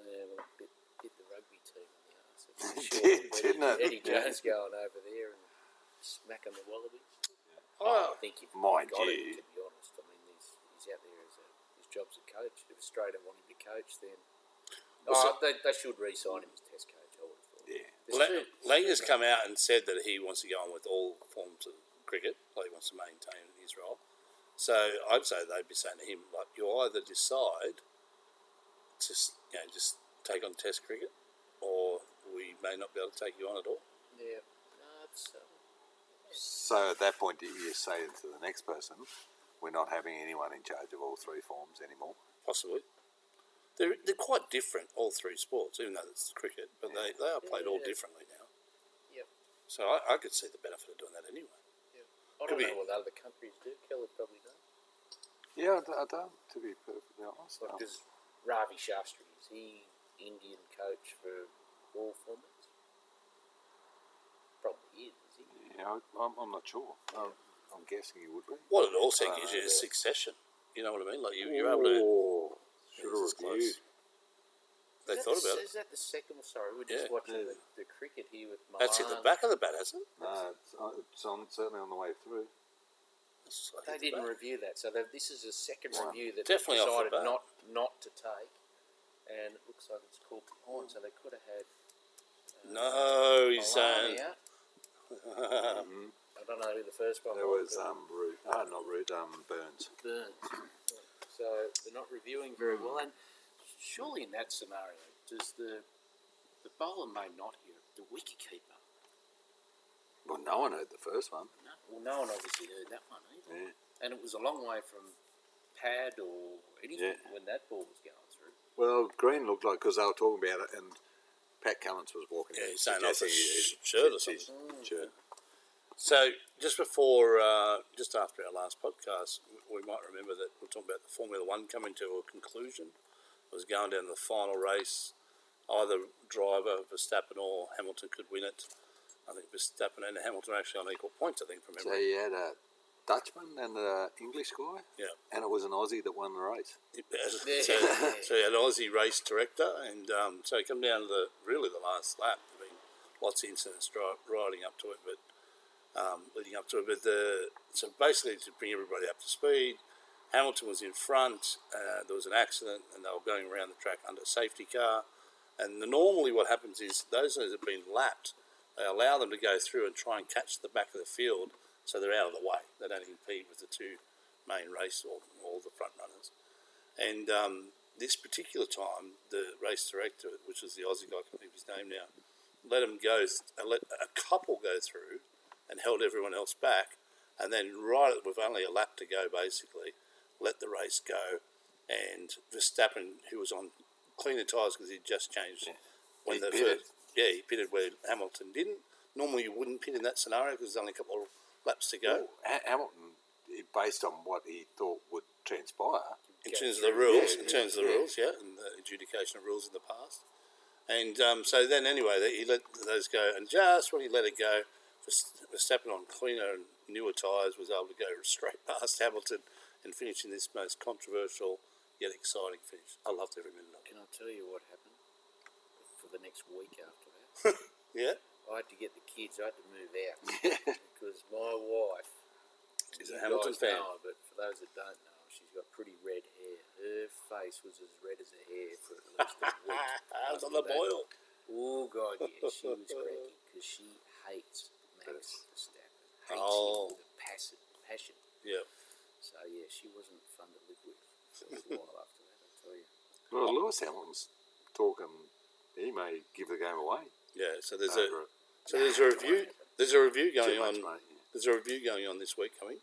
[SPEAKER 4] Yeah, well, bit, bit the rugby team on the arse.
[SPEAKER 3] It
[SPEAKER 4] I'm sure
[SPEAKER 3] did,
[SPEAKER 4] when
[SPEAKER 3] didn't it?
[SPEAKER 4] Eddie
[SPEAKER 3] Yeah.
[SPEAKER 4] Jones going over there and smacking the wallabies.
[SPEAKER 2] Oh,
[SPEAKER 4] I think you've
[SPEAKER 3] mind
[SPEAKER 4] got
[SPEAKER 3] you.
[SPEAKER 4] him, to be honest. I mean, he's, he's out there as a, his job's a coach. If Australia want him to coach, then oh, they, they should re-sign him as test coach, I would have thought.
[SPEAKER 3] Yeah.
[SPEAKER 4] There's
[SPEAKER 2] La-
[SPEAKER 4] two-
[SPEAKER 2] Langer's come out and said that he wants to go on with all forms of cricket, like he wants to maintain his role. So I'd say they'd be saying to him, like, you either decide, just you know, just take on Test cricket, or we may not be able to take you on at all.
[SPEAKER 4] Yeah. No, it's, uh,
[SPEAKER 3] So at that point, you- you say to the next person, "We're not having anyone in charge of all three forms anymore."
[SPEAKER 2] Possibly. They're, they're quite different, all three sports, even though it's cricket, but they, they are played all
[SPEAKER 4] Yeah.
[SPEAKER 2] differently now.
[SPEAKER 4] Yep.
[SPEAKER 2] So I, I could see the benefit of doing that anyway.
[SPEAKER 4] I don't
[SPEAKER 2] Could be-
[SPEAKER 4] know what other countries do. Kelly probably does.
[SPEAKER 3] Yeah, I d- I don't. To be perfectly
[SPEAKER 2] Oh.
[SPEAKER 3] honest, no.
[SPEAKER 4] Like, does Ravi Shastri, is he Indian coach for all formats? Probably is, is he?
[SPEAKER 3] yeah, I- I'm, I'm not sure. I'm, I'm guessing you would be.
[SPEAKER 2] What it also
[SPEAKER 3] Uh,
[SPEAKER 2] gives you
[SPEAKER 3] yeah.
[SPEAKER 2] is succession. You know what I mean? Like you, you're able to.
[SPEAKER 3] Oh,
[SPEAKER 2] This is
[SPEAKER 3] should have reviewed.
[SPEAKER 2] close. They
[SPEAKER 4] Is that
[SPEAKER 2] thought
[SPEAKER 4] the,
[SPEAKER 2] about it.
[SPEAKER 4] Is that the second? Sorry, we're just
[SPEAKER 2] Yeah.
[SPEAKER 4] watching
[SPEAKER 3] Yeah.
[SPEAKER 4] The, the cricket here with Milan.
[SPEAKER 2] That's hit the back of the bat, hasn't it?
[SPEAKER 3] No, it's, uh, it's on certainly on the way through.
[SPEAKER 2] It's like
[SPEAKER 4] They
[SPEAKER 2] hit the
[SPEAKER 4] didn't
[SPEAKER 2] back.
[SPEAKER 4] review that, so they've- this is a second
[SPEAKER 3] Wow.
[SPEAKER 4] review that
[SPEAKER 2] Definitely
[SPEAKER 4] they
[SPEAKER 2] off the
[SPEAKER 4] decided
[SPEAKER 2] bat.
[SPEAKER 4] not not to take, and it looks like it's called to point. So they could have had
[SPEAKER 2] No, he's uh,
[SPEAKER 4] Milan
[SPEAKER 2] saying.
[SPEAKER 4] out.
[SPEAKER 3] Mhm.
[SPEAKER 4] I don't know who the first one
[SPEAKER 3] There
[SPEAKER 4] was.
[SPEAKER 3] was
[SPEAKER 4] but
[SPEAKER 3] um, Root. No, not Root. Um, Burns.
[SPEAKER 4] Burns. So they're not reviewing very well, and surely in that scenario, does the the bowler may not hear it, the wicketkeeper?
[SPEAKER 3] Well, no one heard the first one.
[SPEAKER 4] No, well, no one obviously heard that one either.
[SPEAKER 3] Yeah.
[SPEAKER 4] And it was a long way from pad or anything
[SPEAKER 3] Yeah.
[SPEAKER 4] when that ball was going through.
[SPEAKER 3] Well, Green looked like because they were talking about it, and Pat Cummins was walking.
[SPEAKER 2] Yeah,
[SPEAKER 3] in,
[SPEAKER 2] he's saying off
[SPEAKER 3] suggesting
[SPEAKER 2] his
[SPEAKER 3] he- he-
[SPEAKER 2] shirt or
[SPEAKER 3] his
[SPEAKER 2] something.
[SPEAKER 3] shirt.
[SPEAKER 2] So just before, uh, just after our last podcast, we might remember that we're talking about the Formula One coming to a conclusion. It was going down to the final race. Either driver, Verstappen or Hamilton could win it. I think Verstappen and Hamilton are actually on equal points, I think, from
[SPEAKER 3] So
[SPEAKER 2] memory.
[SPEAKER 3] he had a Dutchman and an English guy,
[SPEAKER 2] Yeah.
[SPEAKER 3] and it was an Aussie that won the race.
[SPEAKER 2] so,
[SPEAKER 4] Yeah.
[SPEAKER 2] so an Aussie race director, and um, so come down to the really the last lap. I mean, lots of incidents dri- riding up to it, but um, leading up to it. But the so basically to bring everybody up to speed, Hamilton was in front. Uh, there was an accident, and they were going around the track under a safety car. And the, normally, what happens is those that have been lapped, they allow them to go through and try and catch the back of the field, so they're out of the way. They don't impede with the two main race or, or the front runners. And um, this particular time, the race director, which was the Aussie guy, I can't think of his name now, let him go, th- let a couple go through, and held everyone else back. And then, right at- with only a lap to go, basically, let the race go. And Verstappen, who was on cleaner tyres because he'd just changed when
[SPEAKER 3] He
[SPEAKER 2] the
[SPEAKER 3] pitted.
[SPEAKER 2] first, yeah, he pitted where Hamilton didn't. Normally, you wouldn't pit in that scenario because there's only a couple of laps to go.
[SPEAKER 3] Ha- Hamilton, he- based on what he thought would transpire,
[SPEAKER 2] in
[SPEAKER 4] Yeah.
[SPEAKER 2] terms of the rules,
[SPEAKER 3] Yeah,
[SPEAKER 2] in terms of the
[SPEAKER 3] yeah.
[SPEAKER 2] rules, yeah, and the adjudication of rules in the past. And um, so then, anyway, that he let those go, and just when he let it go, Verst- Verstappen on cleaner and newer tyres was able to go straight past Hamilton and finish in this most controversial yet exciting finish. I loved every minute of it.
[SPEAKER 4] Can I tell you what happened for the next week after that?
[SPEAKER 2] Yeah,
[SPEAKER 4] I had to get the kids. I had to move out because my wife
[SPEAKER 2] She's a
[SPEAKER 4] you
[SPEAKER 2] Hamilton
[SPEAKER 4] guys
[SPEAKER 2] fan.
[SPEAKER 4] Know, her, but for those that don't know, she's got pretty red hair. Her face was as red as her hair for at least a week.
[SPEAKER 2] I was on the
[SPEAKER 4] after that.
[SPEAKER 2] boil.
[SPEAKER 4] Oh God, yeah, she was cranky because she hates Max Verstappen. Hates
[SPEAKER 2] Oh.
[SPEAKER 4] him with a passion, passion.
[SPEAKER 2] Yeah,
[SPEAKER 4] So yeah, she wasn't fun to live with for a while after that. I tell you.
[SPEAKER 3] well, Lewis Hamilton's talking. He may give the game away.
[SPEAKER 2] yeah. So there's
[SPEAKER 3] over it.
[SPEAKER 2] a so there's a review. There's a review going
[SPEAKER 3] Too much
[SPEAKER 2] on.
[SPEAKER 3] money.
[SPEAKER 2] There's a review going on this week coming.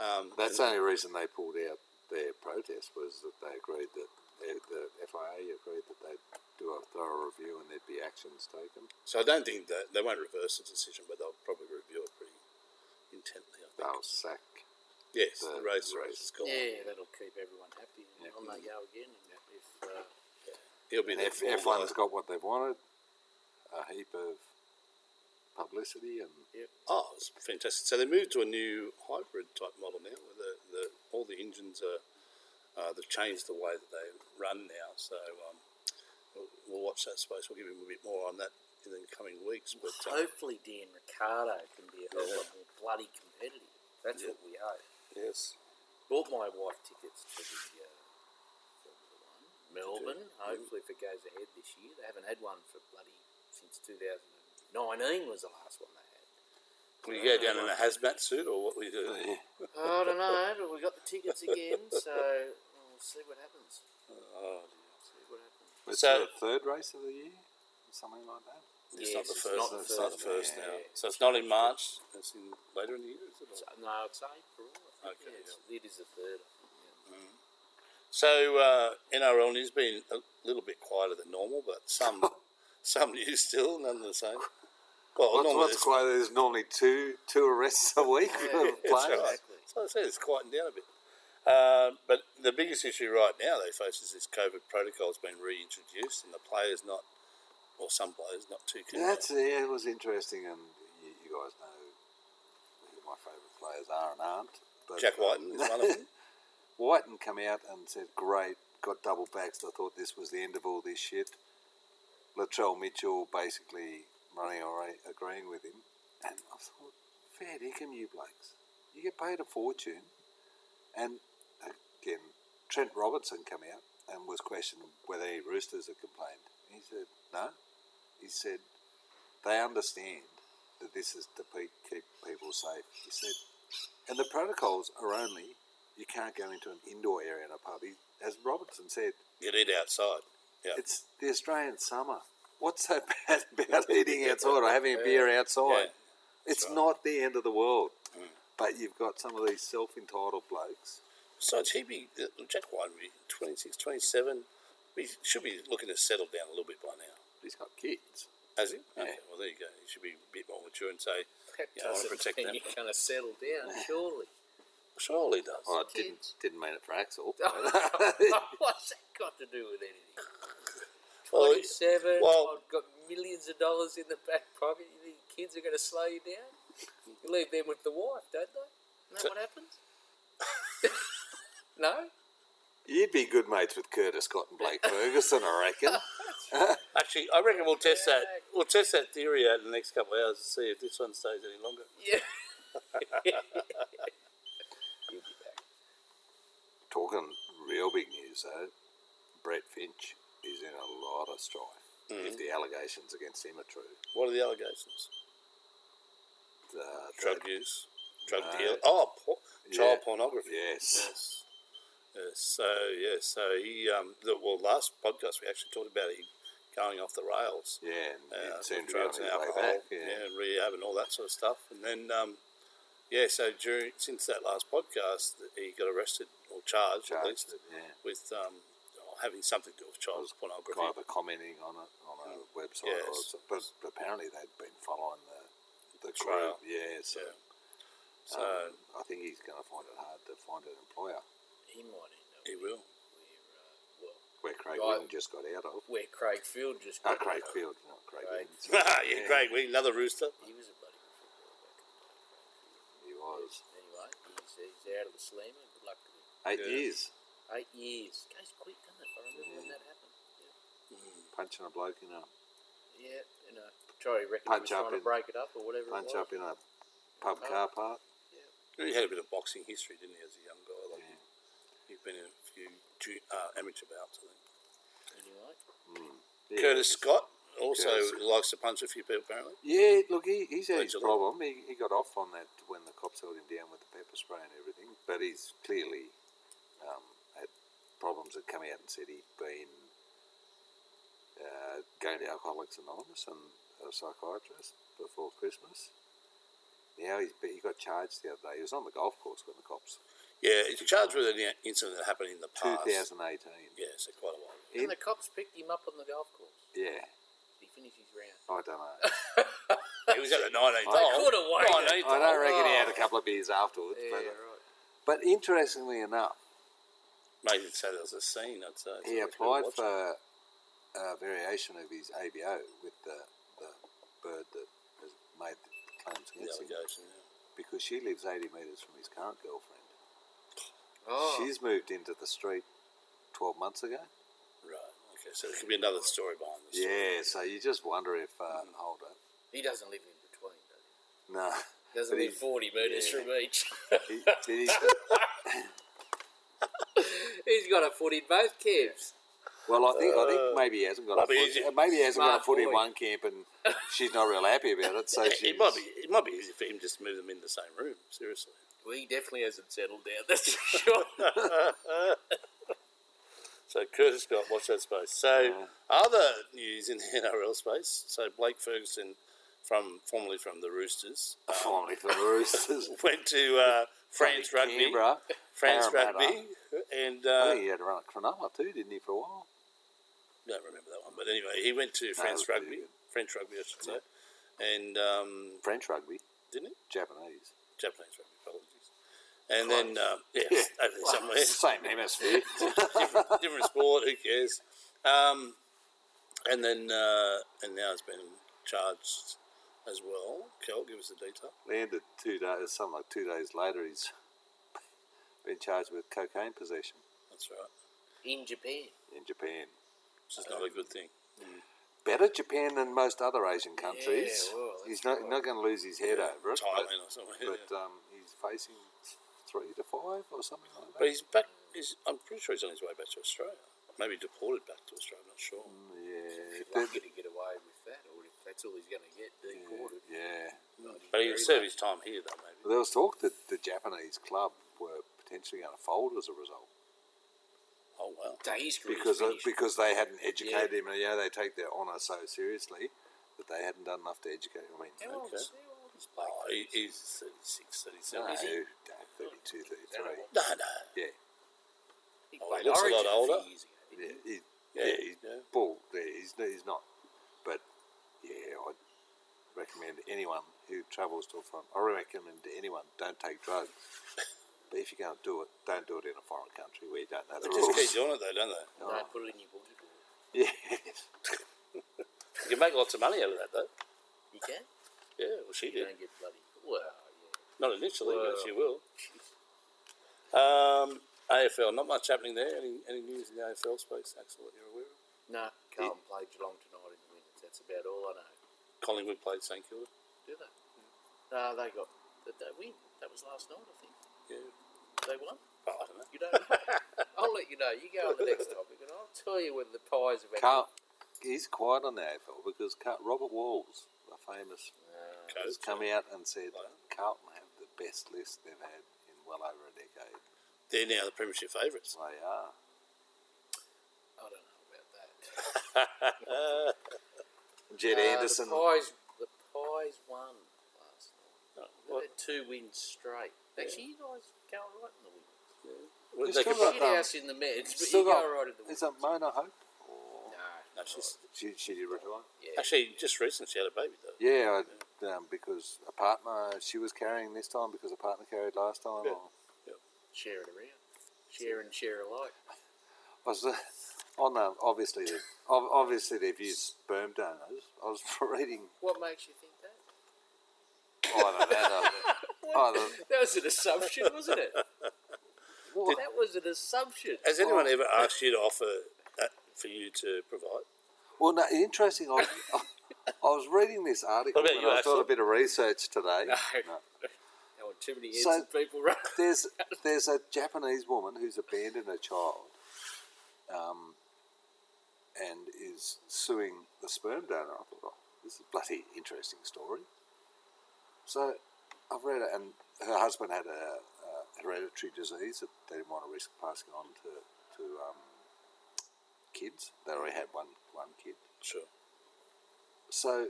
[SPEAKER 2] Um,
[SPEAKER 3] That's the only reason they pulled out their protest was that they agreed that they, the FIA agreed that they'd do a thorough review and there'd be actions taken.
[SPEAKER 2] So I don't think that they won't reverse the decision, but they'll probably review it pretty intently. I think.
[SPEAKER 3] They'll sack.
[SPEAKER 2] yes, the
[SPEAKER 3] the-
[SPEAKER 4] Mm,
[SPEAKER 2] race,
[SPEAKER 3] the
[SPEAKER 2] race is
[SPEAKER 3] race.
[SPEAKER 2] gone.
[SPEAKER 4] Yeah, that'll keep everyone happy. And
[SPEAKER 3] Yeah.
[SPEAKER 4] On they go again. If uh,
[SPEAKER 2] He'll be there.
[SPEAKER 3] And F,
[SPEAKER 2] for
[SPEAKER 3] F1's
[SPEAKER 2] all the-
[SPEAKER 3] got what they wanted, a heap of publicity and
[SPEAKER 2] Oh, it's fantastic. So they moved to a new hybrid type model now, where the, the all the engines are. Uh, they've changed the way that they run now, so um, we'll, we'll watch that space. We'll give him a bit more on that in the coming weeks. But um,
[SPEAKER 4] Hopefully, Dan Ricardo can be a hell of a lot more bloody competitive. That's what we hope.
[SPEAKER 2] yes,
[SPEAKER 4] Bought my wife tickets to the uh, Formula One, Melbourne. Hopefully, if it goes ahead this year, they haven't had one for bloody since 2019 was the last one they had.
[SPEAKER 2] will you go
[SPEAKER 4] Uh,
[SPEAKER 2] down in a hazmat suit or what we do?
[SPEAKER 4] I don't know, but we got the tickets again, so we'll see what happens.
[SPEAKER 2] Oh,
[SPEAKER 4] See what happens.
[SPEAKER 3] it's
[SPEAKER 2] So-
[SPEAKER 3] the third race of the year, something like that.
[SPEAKER 2] it's
[SPEAKER 4] Yes,
[SPEAKER 2] not the
[SPEAKER 4] it's
[SPEAKER 2] first.
[SPEAKER 4] not the
[SPEAKER 2] it's not the
[SPEAKER 4] first,
[SPEAKER 2] first
[SPEAKER 4] yeah,
[SPEAKER 2] now.
[SPEAKER 4] yeah.
[SPEAKER 2] So it's not in March. It's in later in the year. Is it? or-
[SPEAKER 4] So, no, it's April. I think,
[SPEAKER 2] Okay,
[SPEAKER 4] yeah, it's- It is the third. I think, yeah.
[SPEAKER 2] So uh, NRL news been a little bit quieter than normal, but some some news still, none the same. Well,
[SPEAKER 3] What's,
[SPEAKER 2] normally
[SPEAKER 3] what's
[SPEAKER 2] it's,
[SPEAKER 3] quite there's normally two two arrests a week for
[SPEAKER 4] Yeah,
[SPEAKER 2] it's
[SPEAKER 3] players.
[SPEAKER 2] all right. So I said it's quieting down a bit. Um but the biggest issue right now they face is this COVID protocol's been reintroduced, and the players not, or some players not too keen. on it.
[SPEAKER 3] That's yeah, it was interesting, and you, you guys know who my favourite players are and aren't. But,
[SPEAKER 2] Jack Whiten is one of them.
[SPEAKER 3] Whiten come out and said, "Great, got double backs. I thought this was the end of all this shit." Latrell Mitchell basically running away, agreeing with him, and I thought, "Fair dinkum, you blokes. You get paid a fortune." And again, Trent Robertson come out and was questioned whether any roosters had complained. He said, "No." He said, "They understand that this is to pe- keep people safe. He said, and the protocols are only you can't go into an indoor area in a pub. He, as Robertson said,
[SPEAKER 2] You'd eat outside. Yeah.
[SPEAKER 3] it's the Australian summer. What's so bad about eating outside or having a beer outside?
[SPEAKER 2] Yeah.
[SPEAKER 3] It's
[SPEAKER 2] right.
[SPEAKER 3] not the end of the world. But you've got some of these self entitled blokes.
[SPEAKER 2] Besides, he'd be, uh, Jack White would be 26, 27. He should be looking to settle down a little bit by now.
[SPEAKER 3] He's got kids.
[SPEAKER 2] Has he?
[SPEAKER 3] Yeah.
[SPEAKER 2] Okay, well, there you go. He should be a bit more mature and say,
[SPEAKER 4] That
[SPEAKER 2] Yeah, I wanna
[SPEAKER 4] doesn't
[SPEAKER 2] protect
[SPEAKER 4] mean
[SPEAKER 2] them.
[SPEAKER 4] you're going to settle down, surely.
[SPEAKER 2] surely he does.
[SPEAKER 3] Oh, I didn't, didn't mean it for Axel.
[SPEAKER 4] What's that got to do with anything?
[SPEAKER 2] Well,
[SPEAKER 4] 27,
[SPEAKER 2] well-
[SPEAKER 4] I've got millions of dollars in the back pocket. You think kids are going to slow you down? You leave them with the wife, don't they? Isn't that what happens? no?
[SPEAKER 3] You'd be good mates with Curtis Scott and Blake Ferguson, I reckon.
[SPEAKER 2] Actually, I reckon we'll test that. We'll test that theory out in the next couple of hours to see if this one stays any longer.
[SPEAKER 4] Yeah.
[SPEAKER 3] Talking real big news though, Brett Finch is in a lot of strife
[SPEAKER 2] Mm.
[SPEAKER 3] if the allegations against him are true.
[SPEAKER 2] What are the allegations?
[SPEAKER 3] The,
[SPEAKER 2] Drug use, drug
[SPEAKER 3] No.
[SPEAKER 2] deal. Oh, por- child
[SPEAKER 3] Yeah.
[SPEAKER 2] pornography.
[SPEAKER 3] Yes.
[SPEAKER 2] Yes. Yes. So yeah. So he. Um, the, well, last podcast we actually talked about him going off the rails.
[SPEAKER 3] yeah, and
[SPEAKER 2] uh,
[SPEAKER 3] it seemed
[SPEAKER 2] with
[SPEAKER 3] to be on
[SPEAKER 2] drugs
[SPEAKER 3] his
[SPEAKER 2] and
[SPEAKER 3] way
[SPEAKER 2] alcohol,
[SPEAKER 3] back. Yeah.
[SPEAKER 2] yeah. rehab and all that sort of stuff. And then, um, yeah, so during since that last podcast, he got arrested or charged, at
[SPEAKER 3] Charged,
[SPEAKER 2] least
[SPEAKER 3] yeah.
[SPEAKER 2] with um, having something to do with child pornography.
[SPEAKER 3] Guy were commenting on it on a website,
[SPEAKER 2] Mm.
[SPEAKER 3] or
[SPEAKER 2] Yes.
[SPEAKER 3] so- but but apparently they'd been following the the
[SPEAKER 2] Trail.
[SPEAKER 3] group. Yeah, so
[SPEAKER 2] Yeah. So
[SPEAKER 3] um, I think he's going to find it hard to find an employer.
[SPEAKER 4] He might end up
[SPEAKER 2] he will.
[SPEAKER 4] where, uh, well,
[SPEAKER 3] Where Craig
[SPEAKER 4] Right.
[SPEAKER 3] Wynne just got out of.
[SPEAKER 4] where Craig Field just
[SPEAKER 3] Oh,
[SPEAKER 4] got
[SPEAKER 3] Craig
[SPEAKER 4] rid of.
[SPEAKER 3] Field, not Craig.
[SPEAKER 4] Craig.
[SPEAKER 3] Wynne.
[SPEAKER 2] yeah, Craig, we another rooster.
[SPEAKER 4] He was a bloody good footballer back in the day.
[SPEAKER 3] He was
[SPEAKER 4] Anyway, he's, he's out of the slammer. Good luck to him.
[SPEAKER 3] eight
[SPEAKER 2] Yeah.
[SPEAKER 3] years
[SPEAKER 4] Eight years. Goes quick, doesn't it? I remember when that happened.
[SPEAKER 3] punching a bloke in a
[SPEAKER 4] Yeah, you know, Charlie reckoned
[SPEAKER 3] Punch
[SPEAKER 4] he was
[SPEAKER 3] up
[SPEAKER 4] trying
[SPEAKER 3] in-
[SPEAKER 4] to break it up or whatever
[SPEAKER 3] punch
[SPEAKER 4] it was.
[SPEAKER 3] up in a pub car park.
[SPEAKER 2] He had a bit of boxing history, didn't he, as a young guy? Like
[SPEAKER 3] Yeah.
[SPEAKER 2] he, had been in a few ju- uh, amateur bouts. I think.
[SPEAKER 4] Anyway,
[SPEAKER 3] Mm. Yeah.
[SPEAKER 2] Curtis Scott also
[SPEAKER 3] Curtis.
[SPEAKER 2] likes to punch a few people, apparently.
[SPEAKER 3] Yeah, look, he, he's had his
[SPEAKER 2] Allegedly.
[SPEAKER 3] problem. He, he got off on that when the cops held him down with the pepper spray and everything. But he's clearly um, had problems that come out and said he'd been uh, going to Alcoholics Anonymous and a psychiatrist before Christmas. Now he's, but he got charged the other day. He was on the golf course when the cops.
[SPEAKER 2] Yeah, he's charged with an i- incident that happened in the past.
[SPEAKER 3] 2018.
[SPEAKER 2] Yeah, so quite a while. ago.
[SPEAKER 3] In-
[SPEAKER 4] and the cops picked him up on the golf course.
[SPEAKER 3] yeah,
[SPEAKER 4] He finished his round.
[SPEAKER 3] I don't know.
[SPEAKER 2] He was at the 19th
[SPEAKER 3] They
[SPEAKER 2] hole.
[SPEAKER 4] coulda
[SPEAKER 2] 19th
[SPEAKER 3] I
[SPEAKER 4] waited.
[SPEAKER 2] hole.
[SPEAKER 3] don't reckon he had a couple of beers afterwards.
[SPEAKER 4] Yeah,
[SPEAKER 3] but, uh,
[SPEAKER 4] right.
[SPEAKER 3] but interestingly enough,
[SPEAKER 2] Maybe you'd say there was a scene, I'd say. It's
[SPEAKER 3] he
[SPEAKER 2] always good
[SPEAKER 3] applied
[SPEAKER 2] watching.
[SPEAKER 3] for a variation of his ABO with the, the bird that has made the claims
[SPEAKER 2] the
[SPEAKER 3] against him
[SPEAKER 2] allegation, yeah.
[SPEAKER 3] because she lives 80 metres from his current girlfriend.
[SPEAKER 4] Oh,
[SPEAKER 3] She's moved into the street 12 months ago.
[SPEAKER 2] Right, okay, so there could be another story behind this.
[SPEAKER 3] Yeah, so you just wonder if uh, Holder.
[SPEAKER 4] he doesn't live in between, does he?
[SPEAKER 3] No.
[SPEAKER 4] Doesn't
[SPEAKER 3] But he-
[SPEAKER 4] live 40 metres
[SPEAKER 3] yeah.
[SPEAKER 4] from each.
[SPEAKER 3] He, did he,
[SPEAKER 4] He's got a foot in both camps.
[SPEAKER 3] well, I think I think maybe he hasn't got a
[SPEAKER 2] Probably
[SPEAKER 3] foot.
[SPEAKER 2] easy.
[SPEAKER 3] Maybe he hasn't got a
[SPEAKER 4] Smart
[SPEAKER 3] foot in
[SPEAKER 4] boy.
[SPEAKER 3] one camp, and she's not real happy about it. So
[SPEAKER 2] Yeah,
[SPEAKER 3] she's,
[SPEAKER 2] it, might be, it might be easy for him just to move them in the same room, seriously.
[SPEAKER 4] Well, he definitely hasn't settled down, that's for sure.
[SPEAKER 2] So Curtis Scott, watch that space. So
[SPEAKER 3] Yeah.
[SPEAKER 2] other news in the NRL space. So Blake Ferguson, from formerly from the Roosters,
[SPEAKER 3] Finally for the Roosters.
[SPEAKER 2] went to uh, France rugby,
[SPEAKER 3] Canberra, Oh,
[SPEAKER 2] France
[SPEAKER 3] Parramatta.
[SPEAKER 2] rugby, and
[SPEAKER 3] I
[SPEAKER 2] uh,
[SPEAKER 3] think he had to run at Cronulla too, didn't he, for a while?
[SPEAKER 2] don't remember that one. But anyway, he went to France
[SPEAKER 3] it was
[SPEAKER 2] rugby,
[SPEAKER 3] pretty
[SPEAKER 2] French rugby, I should say, and um,
[SPEAKER 3] French rugby,
[SPEAKER 2] didn't he?
[SPEAKER 3] Japanese.
[SPEAKER 2] Japanese rugby, apologies. And then um, yeah, over there somewhere.
[SPEAKER 3] Same hemisphere.
[SPEAKER 2] different sport. Who cares? Um, and then uh, and now it's been charged as well. Kel, give us the detail.
[SPEAKER 3] Landed two days, something like two days later, he's been charged with cocaine possession
[SPEAKER 2] That's right.
[SPEAKER 4] in Japan.
[SPEAKER 3] in Japan.
[SPEAKER 2] Which is not a good thing.
[SPEAKER 3] Better Japan than most other Asian countries.
[SPEAKER 4] Yeah, well,
[SPEAKER 3] he's not, not going to lose his head over it.
[SPEAKER 2] Thailand or something.
[SPEAKER 3] But,
[SPEAKER 2] yeah.
[SPEAKER 3] but um, he's facing three to five or something like that.
[SPEAKER 2] But he's back. He's, I'm pretty sure he's on his way back to Australia. Maybe deported back to Australia. I'm not sure.
[SPEAKER 3] yeah,
[SPEAKER 4] Lucky to get away with that, or if they that's all he's going to get deported.
[SPEAKER 3] Yeah. Mm.
[SPEAKER 2] But he'll serve his time here, though, maybe.
[SPEAKER 3] Well, there was talk that the Japanese club were potentially going to fold as a result
[SPEAKER 2] Oh, well.
[SPEAKER 4] Days
[SPEAKER 3] because uh,
[SPEAKER 4] finished.
[SPEAKER 3] because they hadn't educated him, and you know they take their honour so seriously that they hadn't done enough to educate him. I mean,
[SPEAKER 4] How old
[SPEAKER 2] Okay.
[SPEAKER 4] is how old is Blake?
[SPEAKER 2] Oh, he, he's 36, 37.
[SPEAKER 3] no,
[SPEAKER 2] Is he?
[SPEAKER 3] no, 32, 33.
[SPEAKER 2] No, no.
[SPEAKER 3] Yeah,
[SPEAKER 2] Oh, he
[SPEAKER 4] He played
[SPEAKER 2] looks a lot
[SPEAKER 4] Origin few
[SPEAKER 2] older.
[SPEAKER 4] years ago,
[SPEAKER 3] yeah,
[SPEAKER 4] didn't
[SPEAKER 3] he, yeah,
[SPEAKER 2] Yeah,
[SPEAKER 3] he's
[SPEAKER 2] yeah.
[SPEAKER 3] bald. Yeah, he's, he's not. But yeah, I recommend anyone who travels to a foreign. I recommend to anyone don't take drugs. But if you can't do it, don't do it in a foreign country where you don't know the
[SPEAKER 2] They just
[SPEAKER 3] rules.
[SPEAKER 2] keep doing it, though, don't they?
[SPEAKER 4] he?
[SPEAKER 3] Oh.
[SPEAKER 4] No, put it in your boogie board.
[SPEAKER 3] Yeah,
[SPEAKER 2] You can make lots of money out of that, though.
[SPEAKER 4] You can?
[SPEAKER 2] Yeah, well, she
[SPEAKER 4] You
[SPEAKER 2] did.
[SPEAKER 4] don't get bloody. Well, yeah.
[SPEAKER 2] Not initially, but
[SPEAKER 4] Well.
[SPEAKER 2] she will. Um, AFL, not much happening there. Any, any news in the AFL space, Axel, that you're aware of?
[SPEAKER 4] No, Carlton played Geelong tonight in the winners. That's about all I know.
[SPEAKER 2] Collingwood played St Kilda.
[SPEAKER 4] Do they? No, they got. Did they win? That was last night, I think.
[SPEAKER 2] Yeah.
[SPEAKER 4] They won.
[SPEAKER 2] Oh, I don't know.
[SPEAKER 4] You don't. know. I'll let you know. You go on the next topic, and I'll tell you when the pies have
[SPEAKER 3] Carl, he's quiet on the AFL because Car- Robert Walls, the famous, has
[SPEAKER 2] Coach.
[SPEAKER 3] come out and said Carlton have the best list they've had in well over a decade.
[SPEAKER 2] They're now the premiership favourites.
[SPEAKER 3] They are.
[SPEAKER 4] I don't know about that.
[SPEAKER 2] Uh,
[SPEAKER 3] Jed
[SPEAKER 4] Uh,
[SPEAKER 3] Anderson.
[SPEAKER 4] The pies. The pies won last night. They
[SPEAKER 2] What?
[SPEAKER 4] had two wins straight. Actually, you guys go right in the win.
[SPEAKER 2] Well,
[SPEAKER 3] It's
[SPEAKER 2] they
[SPEAKER 3] still
[SPEAKER 2] could-
[SPEAKER 3] got-
[SPEAKER 4] Shit
[SPEAKER 3] um,
[SPEAKER 4] house in the meds, but
[SPEAKER 3] Still
[SPEAKER 4] you
[SPEAKER 3] got,
[SPEAKER 4] go right in the win.
[SPEAKER 3] is that Mona Hope? Or
[SPEAKER 4] No,
[SPEAKER 2] no, she's-
[SPEAKER 3] she, she did retire?
[SPEAKER 4] yeah.
[SPEAKER 2] actually, just recently she had a baby, though.
[SPEAKER 3] Yeah, I, um, because a partner she was carrying this time because a partner carried last time.
[SPEAKER 2] Yeah.
[SPEAKER 3] Or,
[SPEAKER 4] share it around. Share and share alike.
[SPEAKER 3] I was uh, on um, obviously they ob- obviously they've used sperm donors. I was reading.
[SPEAKER 4] What makes you think that?
[SPEAKER 3] Oh, I don't know. I don't-
[SPEAKER 4] That was an assumption, wasn't it?
[SPEAKER 3] What?
[SPEAKER 4] that was an assumption.
[SPEAKER 2] Has
[SPEAKER 3] Oh.
[SPEAKER 2] anyone ever asked you to offer that for you to provide?
[SPEAKER 3] Well, no, interesting. I, I, was reading this article
[SPEAKER 2] What about
[SPEAKER 3] and
[SPEAKER 2] you,
[SPEAKER 3] I was doing a
[SPEAKER 2] Axel?
[SPEAKER 3] bit of research today. No.
[SPEAKER 4] There were too many heads
[SPEAKER 3] So-
[SPEAKER 4] of people running.
[SPEAKER 3] There's there's a Japanese woman who's abandoned a child, um, and is suing the sperm donor. I thought, oh, this is a bloody interesting story. So I've read it, and her husband had a, a hereditary disease that they didn't want to risk passing on to to um, kids. They already had one one kid.
[SPEAKER 2] Sure.
[SPEAKER 3] So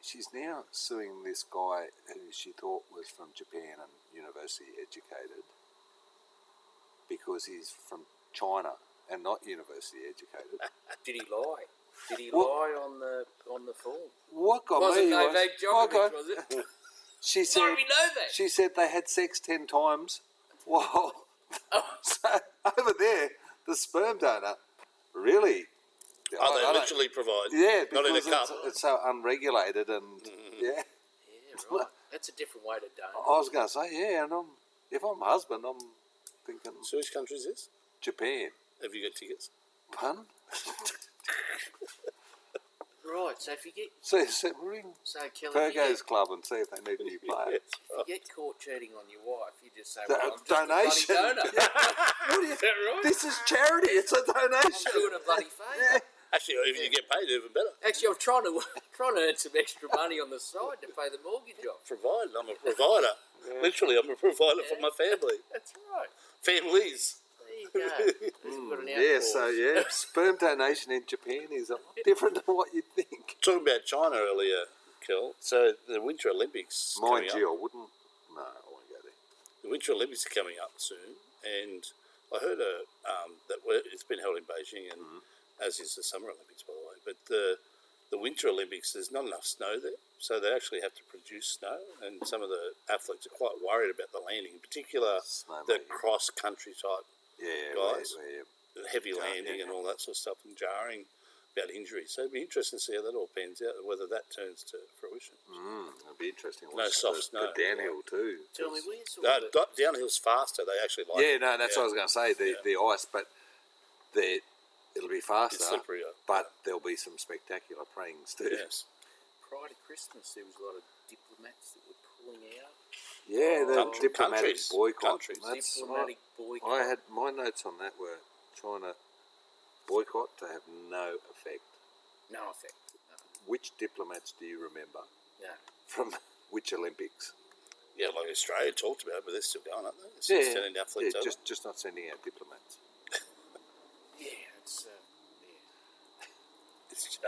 [SPEAKER 3] she's now suing this guy who she thought was from Japan and university educated because he's from China and not university educated.
[SPEAKER 4] Did he lie? Did he
[SPEAKER 3] What-
[SPEAKER 4] lie on the on the form?
[SPEAKER 3] What got
[SPEAKER 4] Wasn't
[SPEAKER 3] me was,
[SPEAKER 4] Novak
[SPEAKER 3] what
[SPEAKER 4] Djokovic,
[SPEAKER 3] got-
[SPEAKER 4] was it? Why
[SPEAKER 3] she
[SPEAKER 4] do
[SPEAKER 3] said
[SPEAKER 4] we know that?
[SPEAKER 3] she said they had sex ten times. Well,
[SPEAKER 4] Oh.
[SPEAKER 3] so over there, the sperm donor really.
[SPEAKER 2] Are
[SPEAKER 3] I- I
[SPEAKER 2] they
[SPEAKER 3] don't-
[SPEAKER 2] literally provide?
[SPEAKER 3] Yeah,
[SPEAKER 2] Not in a
[SPEAKER 3] because
[SPEAKER 2] cup. Mm.
[SPEAKER 3] it's, it's so unregulated and yeah.
[SPEAKER 4] yeah, right. That's a different way to
[SPEAKER 3] I
[SPEAKER 4] donate.
[SPEAKER 3] was going to say, yeah, and I'm, if I'm er husband, I'm thinking
[SPEAKER 2] So which country is this?
[SPEAKER 3] Japan.
[SPEAKER 2] Have you got tickets?
[SPEAKER 3] Pun?
[SPEAKER 4] Right, so if you get
[SPEAKER 3] So, so ring
[SPEAKER 4] so Kelly, if you,
[SPEAKER 3] Pergo's
[SPEAKER 4] get,
[SPEAKER 3] club and see if they need a new player.
[SPEAKER 4] if you get caught cheating on your wife, you just say,
[SPEAKER 3] The-
[SPEAKER 4] well, I'm just
[SPEAKER 3] donation.
[SPEAKER 4] a bloody donor.
[SPEAKER 3] Yeah. What do you-
[SPEAKER 4] Is that right?
[SPEAKER 3] This is charity. It's a donation.
[SPEAKER 4] I'm doing a bloody favour.
[SPEAKER 3] Yeah.
[SPEAKER 2] Actually, if you get paid, even better.
[SPEAKER 4] Actually, I'm trying to trying to earn some extra money on the side to pay the mortgage off.
[SPEAKER 2] Provided. I'm a provider. Literally, I'm a provider for my family.
[SPEAKER 4] That's right.
[SPEAKER 2] Families.
[SPEAKER 4] There you go. We've got
[SPEAKER 3] Mm,
[SPEAKER 4] an
[SPEAKER 3] Yeah,
[SPEAKER 4] outlaw.
[SPEAKER 3] so yeah, er sperm donation in Japan is a lot different than what you think.
[SPEAKER 2] Talking about China earlier, Kel. So the Winter Olympics. is
[SPEAKER 3] Mind
[SPEAKER 2] coming up.
[SPEAKER 3] you, I wouldn't. No, I won't go there.
[SPEAKER 2] the Winter Olympics are coming up soon, and I heard a, um, that were- it's been held in Beijing, and
[SPEAKER 3] Mm-hmm.
[SPEAKER 2] as is the Summer Olympics, by the way. But the the Winter Olympics, there's not enough snow there, so they actually have to produce snow, and some of the athletes are quite worried about the landing, in particular
[SPEAKER 3] Snow
[SPEAKER 2] the
[SPEAKER 3] landing.
[SPEAKER 2] cross country type,
[SPEAKER 3] Yeah,
[SPEAKER 2] Guys.
[SPEAKER 3] where- where you-
[SPEAKER 2] the heavy
[SPEAKER 3] Yeah,
[SPEAKER 2] landing,
[SPEAKER 3] yeah,
[SPEAKER 2] and
[SPEAKER 3] yeah.
[SPEAKER 2] all that sort of stuff, and jarring about injuries. So it'd be interesting to see how that all pans out, whether that turns to fruition.
[SPEAKER 3] mm, it'll be interesting. to
[SPEAKER 2] No
[SPEAKER 3] watch
[SPEAKER 2] soft
[SPEAKER 3] the,
[SPEAKER 2] snow.
[SPEAKER 3] The downhill too.
[SPEAKER 4] Tell me, where's all
[SPEAKER 2] Uh,
[SPEAKER 4] the,
[SPEAKER 2] do- downhill's faster; they actually like.
[SPEAKER 3] Yeah,
[SPEAKER 2] it.
[SPEAKER 3] no, that's
[SPEAKER 2] Yeah.
[SPEAKER 3] what I was going to say. The the ice, but the it'll be faster.
[SPEAKER 2] slippery, uh,
[SPEAKER 3] but there'll be some spectacular prangs too.
[SPEAKER 2] Yes.
[SPEAKER 4] prior to Christmas, there was a lot of diplomats that were pulling out.
[SPEAKER 3] Yeah, the
[SPEAKER 2] Country-
[SPEAKER 3] diplomatic
[SPEAKER 2] countries-
[SPEAKER 3] boycott.
[SPEAKER 2] countries.
[SPEAKER 3] That's
[SPEAKER 4] diplomatic boycott.
[SPEAKER 3] what- I had my notes on that were China boycott to have no effect.
[SPEAKER 4] No effect. No.
[SPEAKER 3] Which diplomats do you remember
[SPEAKER 4] Yeah.
[SPEAKER 3] from which Olympics?
[SPEAKER 2] Yeah, like Australia talked about, it, but they're still going, aren't they? They're still sending down fleets
[SPEAKER 3] yeah,
[SPEAKER 2] over.
[SPEAKER 3] just just not sending out diplomats.
[SPEAKER 4] Yeah, it's. Uh, yeah.
[SPEAKER 2] It's-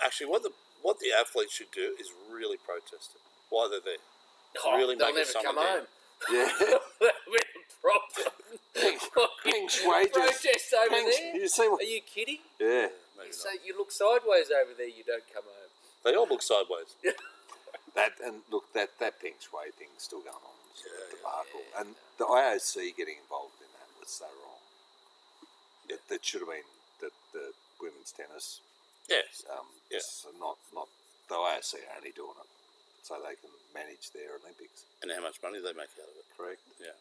[SPEAKER 2] actually, what the what the athletes should do is really protest it. Why they're there. Really
[SPEAKER 4] oh, they'll
[SPEAKER 2] make it
[SPEAKER 4] never
[SPEAKER 2] summer
[SPEAKER 4] come
[SPEAKER 2] down.
[SPEAKER 4] home.
[SPEAKER 3] Yeah,
[SPEAKER 4] That'll be a problem.
[SPEAKER 3] Pink's wages.
[SPEAKER 4] Protest over
[SPEAKER 3] Pink's-
[SPEAKER 4] there.
[SPEAKER 3] you see what-
[SPEAKER 4] Are you kidding?
[SPEAKER 3] yeah.
[SPEAKER 2] Maybe
[SPEAKER 4] So
[SPEAKER 2] not.
[SPEAKER 4] you look sideways over there, you don't come home.
[SPEAKER 2] They all look sideways.
[SPEAKER 3] That and look that that Pink Sway thing's still going on. It's a debacle, and the IOC getting involved in that was so wrong. It, that should have been that the women's tennis
[SPEAKER 2] Yes.
[SPEAKER 3] um,
[SPEAKER 2] Yeah.
[SPEAKER 3] so not not the IOC are only doing it so they can manage their Olympics.
[SPEAKER 2] And how much money they make out of it.
[SPEAKER 3] Correct.
[SPEAKER 2] Yeah.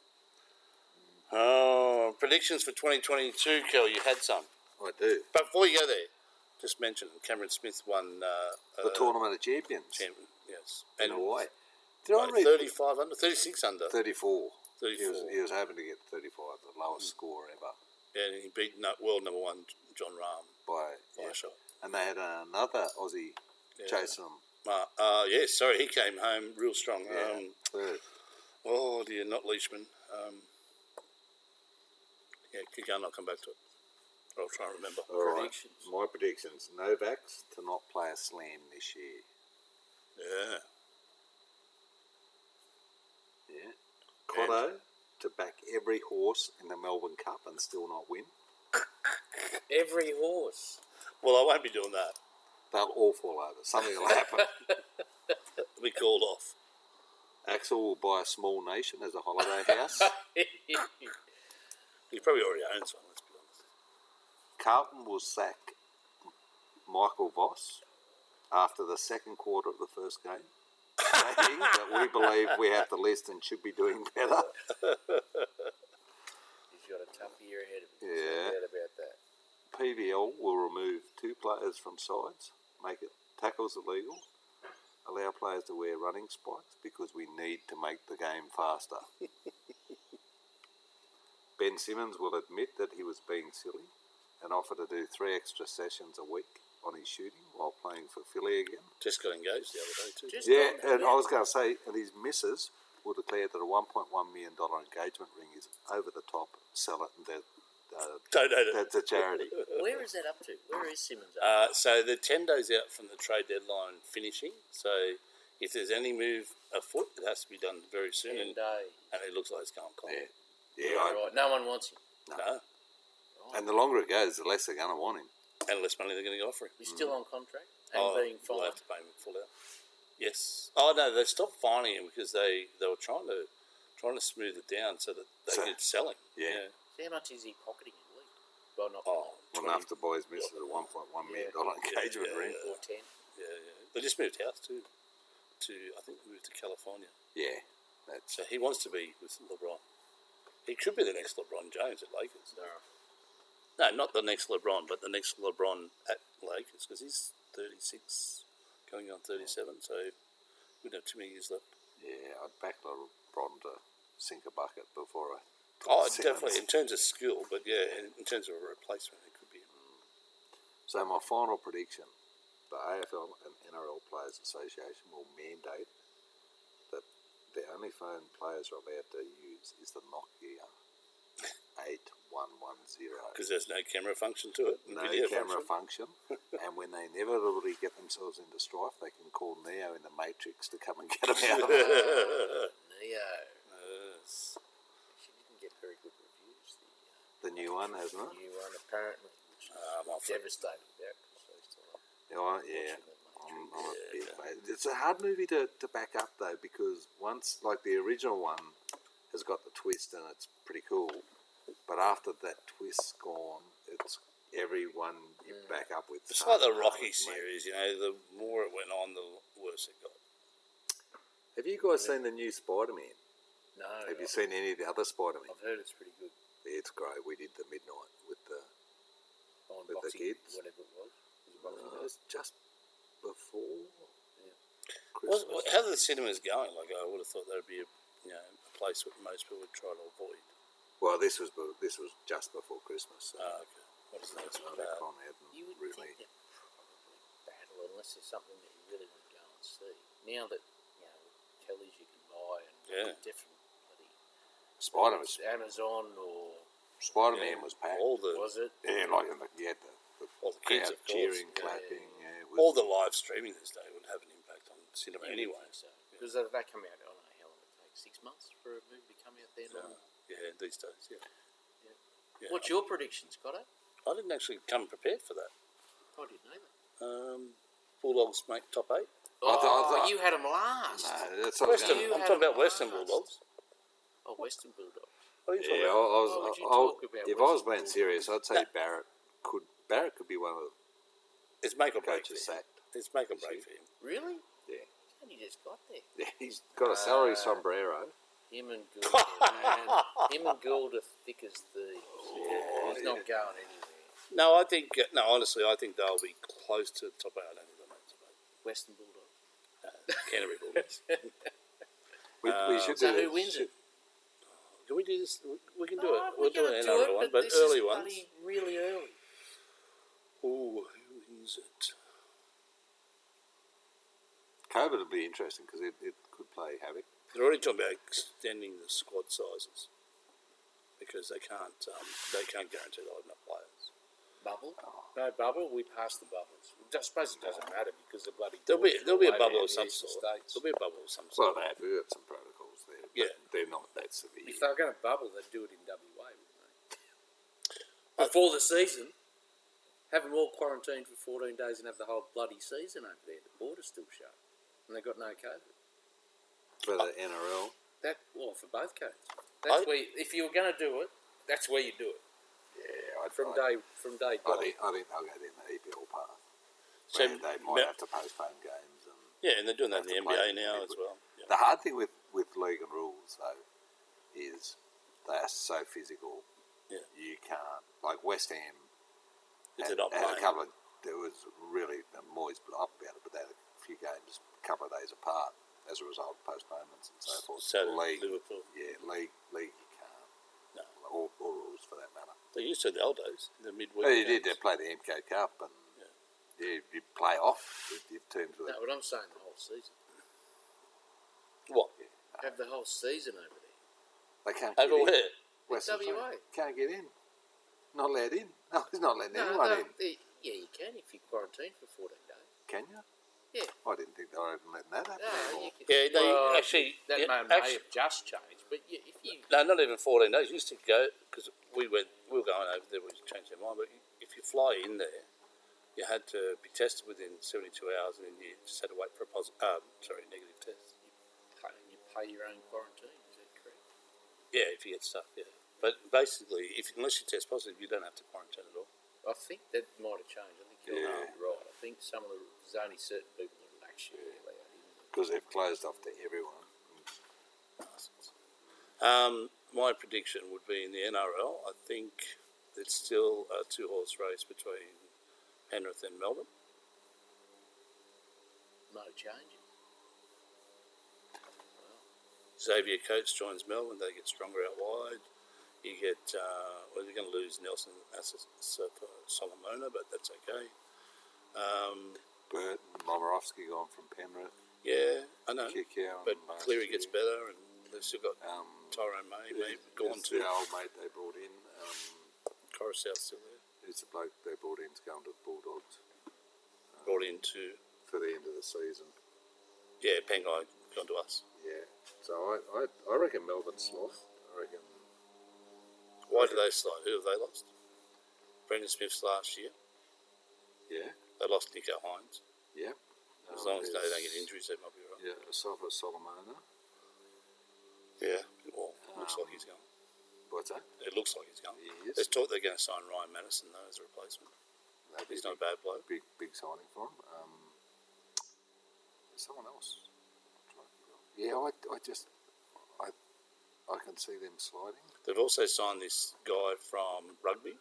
[SPEAKER 2] Oh, predictions for 2022, Kel. You had some.
[SPEAKER 3] I do.
[SPEAKER 2] But before you go there, just mention Cameron Smith won uh, uh,
[SPEAKER 3] The tournament of champions
[SPEAKER 2] champion. Yes.
[SPEAKER 3] in Hawaii. Did I
[SPEAKER 2] Like
[SPEAKER 3] read
[SPEAKER 2] 35 under, 36 under.
[SPEAKER 3] 34. He was,
[SPEAKER 2] 34.
[SPEAKER 3] he was hoping to get 35, the lowest score ever.
[SPEAKER 2] And he beat no, world number one, John Rahm,
[SPEAKER 3] By,
[SPEAKER 2] by
[SPEAKER 3] yeah.
[SPEAKER 2] a shot.
[SPEAKER 3] And they had another Aussie chasing them
[SPEAKER 2] Uh, uh, yeah, sorry, he came home real strong.
[SPEAKER 3] yeah,
[SPEAKER 2] Um,
[SPEAKER 3] third.
[SPEAKER 2] oh, dear, not Leishman. Um, yeah, keep going, I'll come back to it. I'll try and remember.
[SPEAKER 3] All right.
[SPEAKER 4] predictions.
[SPEAKER 3] My predictions Novak's to not play a slam this year.
[SPEAKER 2] Yeah.
[SPEAKER 3] Yeah. Cotto to back every horse in the Melbourne Cup and still not win.
[SPEAKER 4] Every horse.
[SPEAKER 2] Well, I won't be doing that.
[SPEAKER 3] They'll all fall over. Something will happen.
[SPEAKER 2] It'll be called off.
[SPEAKER 3] Axel will buy a small nation as a holiday house.
[SPEAKER 2] He probably already owns one, let's be honest.
[SPEAKER 3] Carlton will sack Michael Voss after the second quarter of the first game, saying that we believe we have the list and should be doing better.
[SPEAKER 4] He's got a tough year ahead of him.
[SPEAKER 3] Yeah.
[SPEAKER 4] Yeah. No doubt about that.
[SPEAKER 3] PVL will remove two players from sides, make it tackles illegal, allow players to wear running spikes because we need to make the game faster. ben Simmons will admit that he was being silly and offer to do three extra sessions a week on his shooting while playing for Philly again.
[SPEAKER 2] Just got engaged the other day, too.
[SPEAKER 4] Just
[SPEAKER 3] Yeah, and
[SPEAKER 4] on-
[SPEAKER 3] I was going to say, and his missus will declare that a $1.1 million engagement ring is over the top, sell it, and that, uh,
[SPEAKER 2] Donate it.
[SPEAKER 3] that's a charity.
[SPEAKER 4] Where is that up to? Where is Simmons up?
[SPEAKER 2] Uh, so the ten days out from the trade deadline finishing. So if there's any move afoot, it has to be done very soon. And,
[SPEAKER 4] Ten days.
[SPEAKER 2] and it looks like it's going Uh, cold.
[SPEAKER 3] Yeah, yeah. I-
[SPEAKER 4] All uh, right, no one wants him.
[SPEAKER 2] No,
[SPEAKER 3] And the longer it goes, the less they're going to want him.
[SPEAKER 2] and less money they're going to offer him.
[SPEAKER 4] He's
[SPEAKER 3] Mm.
[SPEAKER 4] still on contract and
[SPEAKER 2] oh,
[SPEAKER 4] being
[SPEAKER 2] we'll
[SPEAKER 4] fined.
[SPEAKER 2] have to pay him full out. Yes. Oh no, they stopped fining him because they, they were trying to trying to smooth it down so that they
[SPEAKER 3] So-
[SPEAKER 2] could sell him.
[SPEAKER 3] Yeah.
[SPEAKER 4] See How much is he pocketing in the league? Well, not
[SPEAKER 2] Oh, 20
[SPEAKER 3] Well, enough to buy his missus a one point one million dollar engagement
[SPEAKER 2] yeah,
[SPEAKER 3] ring.
[SPEAKER 4] or ten.
[SPEAKER 2] yeah, yeah. They just moved house too. To I think they moved to California.
[SPEAKER 3] Yeah, that's
[SPEAKER 2] So he wants to be with LeBron. He could be the next LeBron James at Lakers. No, not the next LeBron, but the next LeBron at Lakers because he's 36, going on 37, so we don't have too many years left.
[SPEAKER 3] yeah. I'd back LeBron to sink a bucket before I.
[SPEAKER 2] Oh,
[SPEAKER 3] Simmons.
[SPEAKER 2] definitely in terms of skill, but yeah, in, in terms of a replacement, it could be.
[SPEAKER 3] So my final prediction: the AFL and NRL Players Association will mandate that the only phone players are allowed to use is the Nokia eight one one zero.
[SPEAKER 2] Because there's no camera function to it. and
[SPEAKER 3] no
[SPEAKER 2] video
[SPEAKER 3] camera
[SPEAKER 2] function.
[SPEAKER 3] function, and when they inevitably get themselves into strife, they can call Neo in the Matrix to come and get them out.
[SPEAKER 4] Neo.
[SPEAKER 2] Yes.
[SPEAKER 4] She didn't get very good reviews. The
[SPEAKER 3] the new one, hasn't
[SPEAKER 4] uh,
[SPEAKER 3] it?
[SPEAKER 4] new one, apparently, which is
[SPEAKER 2] Uh, my friend,
[SPEAKER 4] devastating. Yeah, 'cause I used to like
[SPEAKER 3] Yeah, I- Ah, yeah.
[SPEAKER 4] watching the
[SPEAKER 3] I'm, I'm
[SPEAKER 4] Matrix.
[SPEAKER 3] a big fan. It's a hard movie to, to back up though because once like the original one has got the twist and it's pretty cool, but after that twist's gone, it's everyone you back up with.
[SPEAKER 2] it's like
[SPEAKER 3] hard-
[SPEAKER 2] the
[SPEAKER 3] hard
[SPEAKER 2] Rocky
[SPEAKER 3] make.
[SPEAKER 2] series, you know, the more it went on, the worse it got.
[SPEAKER 3] Have you guys seen the new Spider Man?
[SPEAKER 4] No,
[SPEAKER 2] Oh,
[SPEAKER 3] Have you
[SPEAKER 4] I've,
[SPEAKER 3] seen any of the other Spider Man?
[SPEAKER 4] I've heard it's pretty good.
[SPEAKER 3] It's great. We did the midnight with the
[SPEAKER 4] On
[SPEAKER 3] With the
[SPEAKER 4] boxing,
[SPEAKER 3] kids? Uh,
[SPEAKER 4] whatever it was. It was boxing
[SPEAKER 3] No,
[SPEAKER 4] day.
[SPEAKER 3] it's just before
[SPEAKER 4] Yeah.
[SPEAKER 2] What,
[SPEAKER 3] Christmas.
[SPEAKER 2] what, how are the cinemas going? Like I would have thought there'd be a you know a place that most people would try to avoid.
[SPEAKER 3] Well, this was be- this was just before Christmas. So
[SPEAKER 2] Ah, okay. What is that? It's
[SPEAKER 3] that's
[SPEAKER 2] not
[SPEAKER 3] another
[SPEAKER 2] bad.
[SPEAKER 3] Conrad and
[SPEAKER 4] You would
[SPEAKER 3] really.
[SPEAKER 4] think that probably battle, unless unless there's something that you really want to go and see. Now that you know tellies you can buy and
[SPEAKER 2] Yeah.
[SPEAKER 4] different bloody
[SPEAKER 3] Spider
[SPEAKER 4] it's uh, Amazon or
[SPEAKER 3] Spider Man was packed.
[SPEAKER 2] all the
[SPEAKER 4] was it?
[SPEAKER 3] Yeah, like and the, you had the, the
[SPEAKER 2] all the
[SPEAKER 3] crowd
[SPEAKER 2] kids of course.
[SPEAKER 3] cheering,
[SPEAKER 4] yeah,
[SPEAKER 3] clapping. Yeah, it was,
[SPEAKER 2] All the live streaming this day would have an impact on cinema anyway.
[SPEAKER 4] because they they come out. I don't know how long it takes. Six months for a movie to come out there.
[SPEAKER 2] Uh, yeah, these days. Yeah.
[SPEAKER 4] Yeah.
[SPEAKER 2] Yeah,
[SPEAKER 4] What's your predictions, Cotto?
[SPEAKER 2] I didn't actually come prepared for that.
[SPEAKER 4] I didn't know that.
[SPEAKER 2] Um, Bulldogs make top eight.
[SPEAKER 4] Oh,
[SPEAKER 3] I thought- I thought-
[SPEAKER 4] you had them last.
[SPEAKER 3] no, that's what I was
[SPEAKER 2] Western,
[SPEAKER 3] gonna-
[SPEAKER 4] You
[SPEAKER 2] I'm
[SPEAKER 4] had
[SPEAKER 2] talking
[SPEAKER 4] a
[SPEAKER 2] about Western
[SPEAKER 4] blast.
[SPEAKER 2] Bulldogs.
[SPEAKER 4] Oh, Western Bulldog.
[SPEAKER 2] What are you talking
[SPEAKER 3] Yeah, I, I
[SPEAKER 2] about?
[SPEAKER 3] was,
[SPEAKER 4] Why would you
[SPEAKER 3] I,
[SPEAKER 4] talk about
[SPEAKER 3] if I was
[SPEAKER 4] Western
[SPEAKER 3] being
[SPEAKER 4] Bulldogs?
[SPEAKER 3] serious, I'd say
[SPEAKER 2] No.
[SPEAKER 3] Barrett could Barrett could be one of
[SPEAKER 2] It's make or
[SPEAKER 3] the
[SPEAKER 2] break for
[SPEAKER 3] coaches
[SPEAKER 2] him.
[SPEAKER 3] sacked.
[SPEAKER 2] It's make or break for him.
[SPEAKER 4] Really?
[SPEAKER 3] Yeah.
[SPEAKER 4] And you just got there.
[SPEAKER 3] yeah, he's got a salary
[SPEAKER 4] Uh,
[SPEAKER 3] sombrero.
[SPEAKER 4] Him and Gould, man. Him and Gould are thick as thieves.
[SPEAKER 3] Oh,
[SPEAKER 4] He's not going anywhere.
[SPEAKER 2] No, I think uh, no. Honestly, I think they'll be close to top eight. I don't think they'll make top eight.
[SPEAKER 4] Western Bulldog.
[SPEAKER 2] Canterbury Bulldogs.
[SPEAKER 3] We, we should
[SPEAKER 4] So
[SPEAKER 3] do
[SPEAKER 4] who
[SPEAKER 3] that.
[SPEAKER 4] wins it?
[SPEAKER 2] Can we do this? We- We can do
[SPEAKER 4] Oh,
[SPEAKER 2] it. We'll
[SPEAKER 4] we're
[SPEAKER 2] do
[SPEAKER 4] gonna
[SPEAKER 2] an NRL one, but
[SPEAKER 4] this is
[SPEAKER 2] early ones.
[SPEAKER 4] bloody Really early.
[SPEAKER 2] Ooh, who wins it?
[SPEAKER 3] COVID would be interesting because it, it could play havoc.
[SPEAKER 2] They're already talking about extending the squad sizes because they can't um, they can't guarantee they'll have enough players.
[SPEAKER 4] Bubble? No bubble. We passed the bubbles. I suppose it doesn't matter because the bloody.
[SPEAKER 2] There'll be
[SPEAKER 4] doors
[SPEAKER 2] there'll be
[SPEAKER 4] are
[SPEAKER 2] a bubble of
[SPEAKER 4] over
[SPEAKER 2] some
[SPEAKER 4] in the
[SPEAKER 2] sort.
[SPEAKER 4] States.
[SPEAKER 2] There'll be a bubble of some
[SPEAKER 3] Well,
[SPEAKER 2] sort.
[SPEAKER 3] they have got some protocols there. but
[SPEAKER 2] Yeah.
[SPEAKER 3] they're not that severe.
[SPEAKER 4] If they were going to bubble, they'd do it in WA, wouldn't they? Before the season, have them all quarantined for 14 days and have the whole bloody season over there. The border's still shut. And they've got no COVID.
[SPEAKER 3] For the NRL,
[SPEAKER 4] That, well, for both codes.
[SPEAKER 2] I-
[SPEAKER 4] That's where, you- if you were going to do it, that's where you do it.
[SPEAKER 3] yeah, I'd,
[SPEAKER 4] From
[SPEAKER 3] I'd,
[SPEAKER 4] day, from day
[SPEAKER 3] I
[SPEAKER 4] dot.
[SPEAKER 3] think, I think they'll go down the EPL path.
[SPEAKER 2] So,
[SPEAKER 3] Where they might
[SPEAKER 2] me-
[SPEAKER 3] have to postpone games. And
[SPEAKER 2] yeah, and they're doing that in the
[SPEAKER 3] have to
[SPEAKER 2] NBA
[SPEAKER 3] play
[SPEAKER 2] now as
[SPEAKER 3] midweek.
[SPEAKER 2] well. Yeah.
[SPEAKER 3] The hard thing with, with league and rules, though, is they are so physical.
[SPEAKER 2] Yeah.
[SPEAKER 3] You can't, like West Ham,
[SPEAKER 2] If they're
[SPEAKER 3] had,
[SPEAKER 2] not
[SPEAKER 3] had
[SPEAKER 2] playing,
[SPEAKER 3] a couple of, there was really, the Moyes blew up about it, but they had a few games a couple of days apart as a result of postponements and so forth.
[SPEAKER 2] so did
[SPEAKER 3] league,
[SPEAKER 2] Liverpool.
[SPEAKER 3] yeah, league, league, you can't.
[SPEAKER 2] No.
[SPEAKER 3] Or, or rules for that matter.
[SPEAKER 2] They used to the old days, the midweek.
[SPEAKER 3] Well, you did
[SPEAKER 2] games.
[SPEAKER 3] they play the MK Cup and
[SPEAKER 2] Yeah.
[SPEAKER 3] you, you play off in in terms of
[SPEAKER 4] No, but I'm saying the whole season.
[SPEAKER 2] What?
[SPEAKER 4] Have the whole season over there.
[SPEAKER 3] they can't
[SPEAKER 2] Over
[SPEAKER 3] get in.
[SPEAKER 2] where?
[SPEAKER 3] West Ham
[SPEAKER 4] WA.
[SPEAKER 3] can't get in. Not allowed in. No, he's not letting
[SPEAKER 4] No,
[SPEAKER 3] anyone
[SPEAKER 4] no,
[SPEAKER 3] in.
[SPEAKER 4] the- yeah, you can if you quarantine for 14 days.
[SPEAKER 3] Can you?
[SPEAKER 4] Yeah.
[SPEAKER 3] I didn't think they were even letting that happen
[SPEAKER 4] No,
[SPEAKER 3] anymore.
[SPEAKER 4] you can.
[SPEAKER 2] Yeah, they
[SPEAKER 4] Well,
[SPEAKER 2] actually.
[SPEAKER 4] That
[SPEAKER 2] yeah,
[SPEAKER 4] may, may
[SPEAKER 2] actually
[SPEAKER 4] have just changed, but you, if you
[SPEAKER 2] no, not even fourteen days. You used to go because we went. We were going over there. We changed our mind. But if you fly in there, you had to be tested within seventy-two hours, and then you just had to wait for a positive. Um, sorry, negative test.
[SPEAKER 4] pay, you pay your own quarantine, is that correct?
[SPEAKER 2] Yeah, if you get stuck. Yeah, but basically, if unless you test positive, you don't have to quarantine at all.
[SPEAKER 4] I think that might have changed. I think you're
[SPEAKER 3] Yeah.
[SPEAKER 4] right. I think some of the there's only certain people that are actually allowed in.
[SPEAKER 3] Because they've closed off to everyone.
[SPEAKER 2] Um, my prediction would be in the NRL. I think it's still a two-horse race between Penrith and Melbourne.
[SPEAKER 4] No changes.
[SPEAKER 2] Xavier Coates joins Melbourne. They get stronger out wide. You get, uh, well, they're going to lose Nelson Asa- Sa- Solomona, but that's okay. Um,
[SPEAKER 3] Burt and Lomorovsky gone from Penrith.
[SPEAKER 2] yeah, I know.
[SPEAKER 3] Kikau
[SPEAKER 2] But
[SPEAKER 3] and
[SPEAKER 2] Cleary
[SPEAKER 3] Varsity.
[SPEAKER 2] gets better, and they've still got
[SPEAKER 3] Um,
[SPEAKER 2] Tyrone May,
[SPEAKER 3] who's-
[SPEAKER 2] maybe gone
[SPEAKER 3] who's
[SPEAKER 2] to
[SPEAKER 3] The old mate they brought in. Um,
[SPEAKER 2] Coruscant still there.
[SPEAKER 3] who's the bloke they brought in's going to the Bulldogs
[SPEAKER 2] Brought into,
[SPEAKER 3] for the end of the season.
[SPEAKER 2] yeah, Pangai gone to us.
[SPEAKER 3] Yeah. So I, I, I reckon Melbourne sloth. I reckon
[SPEAKER 2] Why do they slide? Who have they lost? Brendan Smith's last year.
[SPEAKER 3] Yeah.
[SPEAKER 2] They lost Nico Hines.
[SPEAKER 3] Yeah.
[SPEAKER 2] As
[SPEAKER 3] Um,
[SPEAKER 2] long as they
[SPEAKER 3] there's-
[SPEAKER 2] don't get injuries, they might be right.
[SPEAKER 3] Yeah, Asafa Solomona.
[SPEAKER 2] Yeah. Well, looks
[SPEAKER 3] Um,
[SPEAKER 2] like he's gone.
[SPEAKER 3] What's that?
[SPEAKER 2] It looks like he's gone.
[SPEAKER 3] uh, He
[SPEAKER 2] There's
[SPEAKER 3] is.
[SPEAKER 2] talk they're going to sign Ryan Madison though as a replacement.
[SPEAKER 3] That'd be
[SPEAKER 2] He's not a bad bloke.
[SPEAKER 3] big, big signing for him. Um, someone else. I'm trying to think of- Yeah, I, I just, I, I can see them sliding.
[SPEAKER 2] They've also signed this guy from rugby.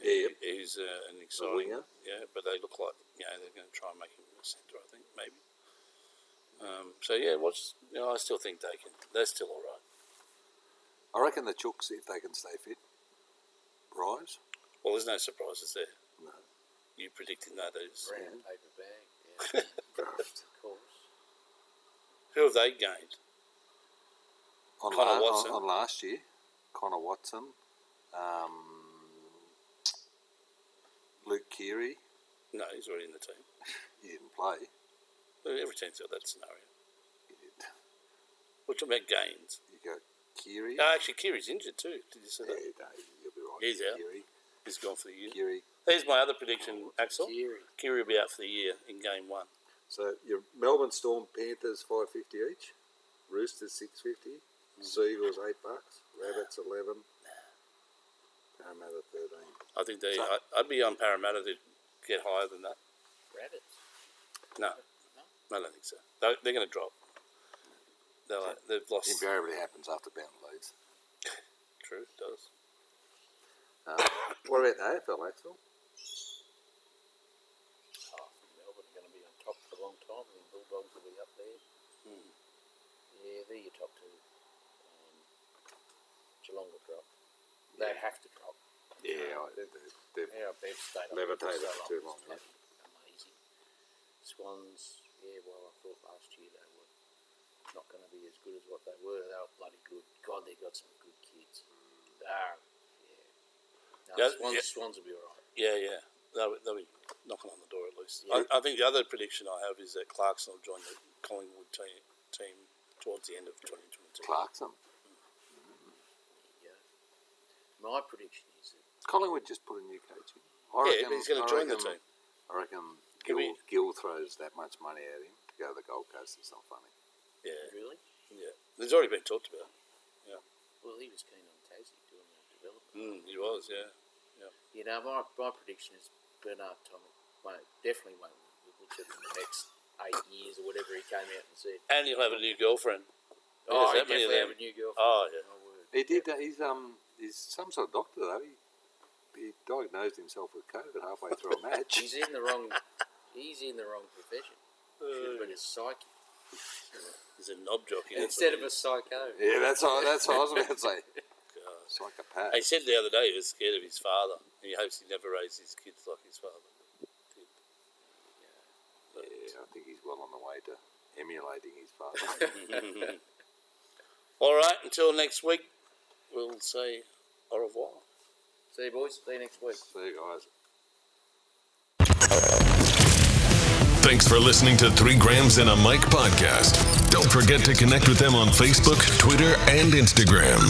[SPEAKER 3] Yeah,
[SPEAKER 2] He- he's uh, an exciting
[SPEAKER 3] winger.
[SPEAKER 2] Yeah, but they look like you know they're going to try and make him a centre. I think maybe. Um, so yeah, what's you know, I still think they can. They're still all right.
[SPEAKER 3] I reckon the Chooks, if they can stay fit, rise.
[SPEAKER 2] Well, there's no surprises there.
[SPEAKER 3] No.
[SPEAKER 2] You predicting that is
[SPEAKER 4] Brown paper bag. Yeah. of course.
[SPEAKER 2] Who have they gained?
[SPEAKER 3] on,
[SPEAKER 2] Connor
[SPEAKER 3] la- on-
[SPEAKER 2] Watson.
[SPEAKER 3] on last year, Connor Watson, um, Luke Keary,
[SPEAKER 2] No, he's already in the team.
[SPEAKER 3] he didn't play.
[SPEAKER 2] But every team's got that scenario.
[SPEAKER 3] You
[SPEAKER 2] We're talking about gains.
[SPEAKER 3] got Keary.
[SPEAKER 2] No, actually, Kiri's injured too. Did you see
[SPEAKER 3] Yeah,
[SPEAKER 2] that?
[SPEAKER 3] no, you'll be right.
[SPEAKER 2] He's out.
[SPEAKER 3] Keary.
[SPEAKER 2] He's gone for the year.
[SPEAKER 3] Keary.
[SPEAKER 2] There's my other prediction, Axel.
[SPEAKER 4] Geary.
[SPEAKER 2] Kiri will be out for the year in game one.
[SPEAKER 3] So your Melbourne Storm Panthers five fifty each, Roosters six fifty,
[SPEAKER 2] Mm.
[SPEAKER 3] Seagulls eight bucks, Rabbits eleven, Parramatta thirteen.
[SPEAKER 2] I think they.
[SPEAKER 3] So-
[SPEAKER 2] I, I'd be on Parramatta to get higher than that.
[SPEAKER 4] Rabbits.
[SPEAKER 2] No, I don't think so. They're, they're going to drop. They're like, they've lost.
[SPEAKER 3] Invariably happens after Bound leaves.
[SPEAKER 2] True, it does.
[SPEAKER 3] Um, what about the AFL, Axel?
[SPEAKER 4] Oh, Melbourne are going to be on top for a long time, and the Bulldogs will be up there.
[SPEAKER 3] Hmm.
[SPEAKER 4] Yeah, they're your top two. Um, Geelong will drop. They have to drop.
[SPEAKER 3] Yeah, I- they've, they've
[SPEAKER 4] Yeah, they've stayed up
[SPEAKER 3] levitated for too long.
[SPEAKER 4] It's
[SPEAKER 3] yeah.
[SPEAKER 4] Amazing. Swans, yeah, well, I thought last year they were not going to be as good as what they were. They were bloody good. God, they got some good kids.
[SPEAKER 3] Hmm.
[SPEAKER 4] They are, yeah. No,
[SPEAKER 2] Yeah,
[SPEAKER 4] Swans,
[SPEAKER 2] yeah.
[SPEAKER 4] Swans will be all right.
[SPEAKER 2] Yeah, yeah. They'll, they'll be knocking on the door at least. I, I think the other prediction I have is that Clarkson will join the Collingwood team, team towards the end of 2022.
[SPEAKER 3] Clarkson.
[SPEAKER 4] Yeah. My prediction is that
[SPEAKER 3] Collingwood just put a new coach in. I
[SPEAKER 2] Yeah, but he's gonna
[SPEAKER 3] I
[SPEAKER 2] join the
[SPEAKER 3] reckon-
[SPEAKER 2] team.
[SPEAKER 3] I reckon
[SPEAKER 2] Could
[SPEAKER 3] Gil,
[SPEAKER 2] be-
[SPEAKER 3] Gil throws that much money at him to go to the Gold Coast. It's not funny.
[SPEAKER 2] Yeah,
[SPEAKER 4] really,
[SPEAKER 2] yeah. There's already been talked about.
[SPEAKER 4] well, he was keen on Tassie doing that
[SPEAKER 2] Mm,
[SPEAKER 4] development.
[SPEAKER 2] he was, yeah.
[SPEAKER 4] You know, my, my prediction is Bernard Thomas won't, definitely won't win the Butcher in the next eight years or whatever he came out and said.
[SPEAKER 2] And he'll have a new girlfriend. There's
[SPEAKER 4] Oh, he
[SPEAKER 2] that many of
[SPEAKER 4] definitely have
[SPEAKER 2] them.
[SPEAKER 4] a new girlfriend.
[SPEAKER 2] Oh, yeah.
[SPEAKER 4] My word.
[SPEAKER 3] He did. He's um. He's some sort of doctor though. He, he diagnosed himself with COVID halfway through a match.
[SPEAKER 4] He's in the wrong. He's in the wrong profession. Should have been a psychic
[SPEAKER 2] He's a knob jockey. that's
[SPEAKER 4] instead
[SPEAKER 2] what
[SPEAKER 4] of a psycho.
[SPEAKER 3] yeah, that's all. That's all I was about to say.
[SPEAKER 2] he is. God.
[SPEAKER 3] Psychopath.
[SPEAKER 2] He said the other day he was scared of his father. and He hopes he never raised his kids like his father. did. But-
[SPEAKER 3] Yeah, I think he's well on the way to emulating his father.
[SPEAKER 2] All right, until next week, we'll say au revoir.
[SPEAKER 4] See you, boys. See you next week.
[SPEAKER 3] so guys.
[SPEAKER 1] Thanks for listening to Three Grams and a Mic podcast. Don't forget to connect with them on Facebook, Twitter, and Instagram.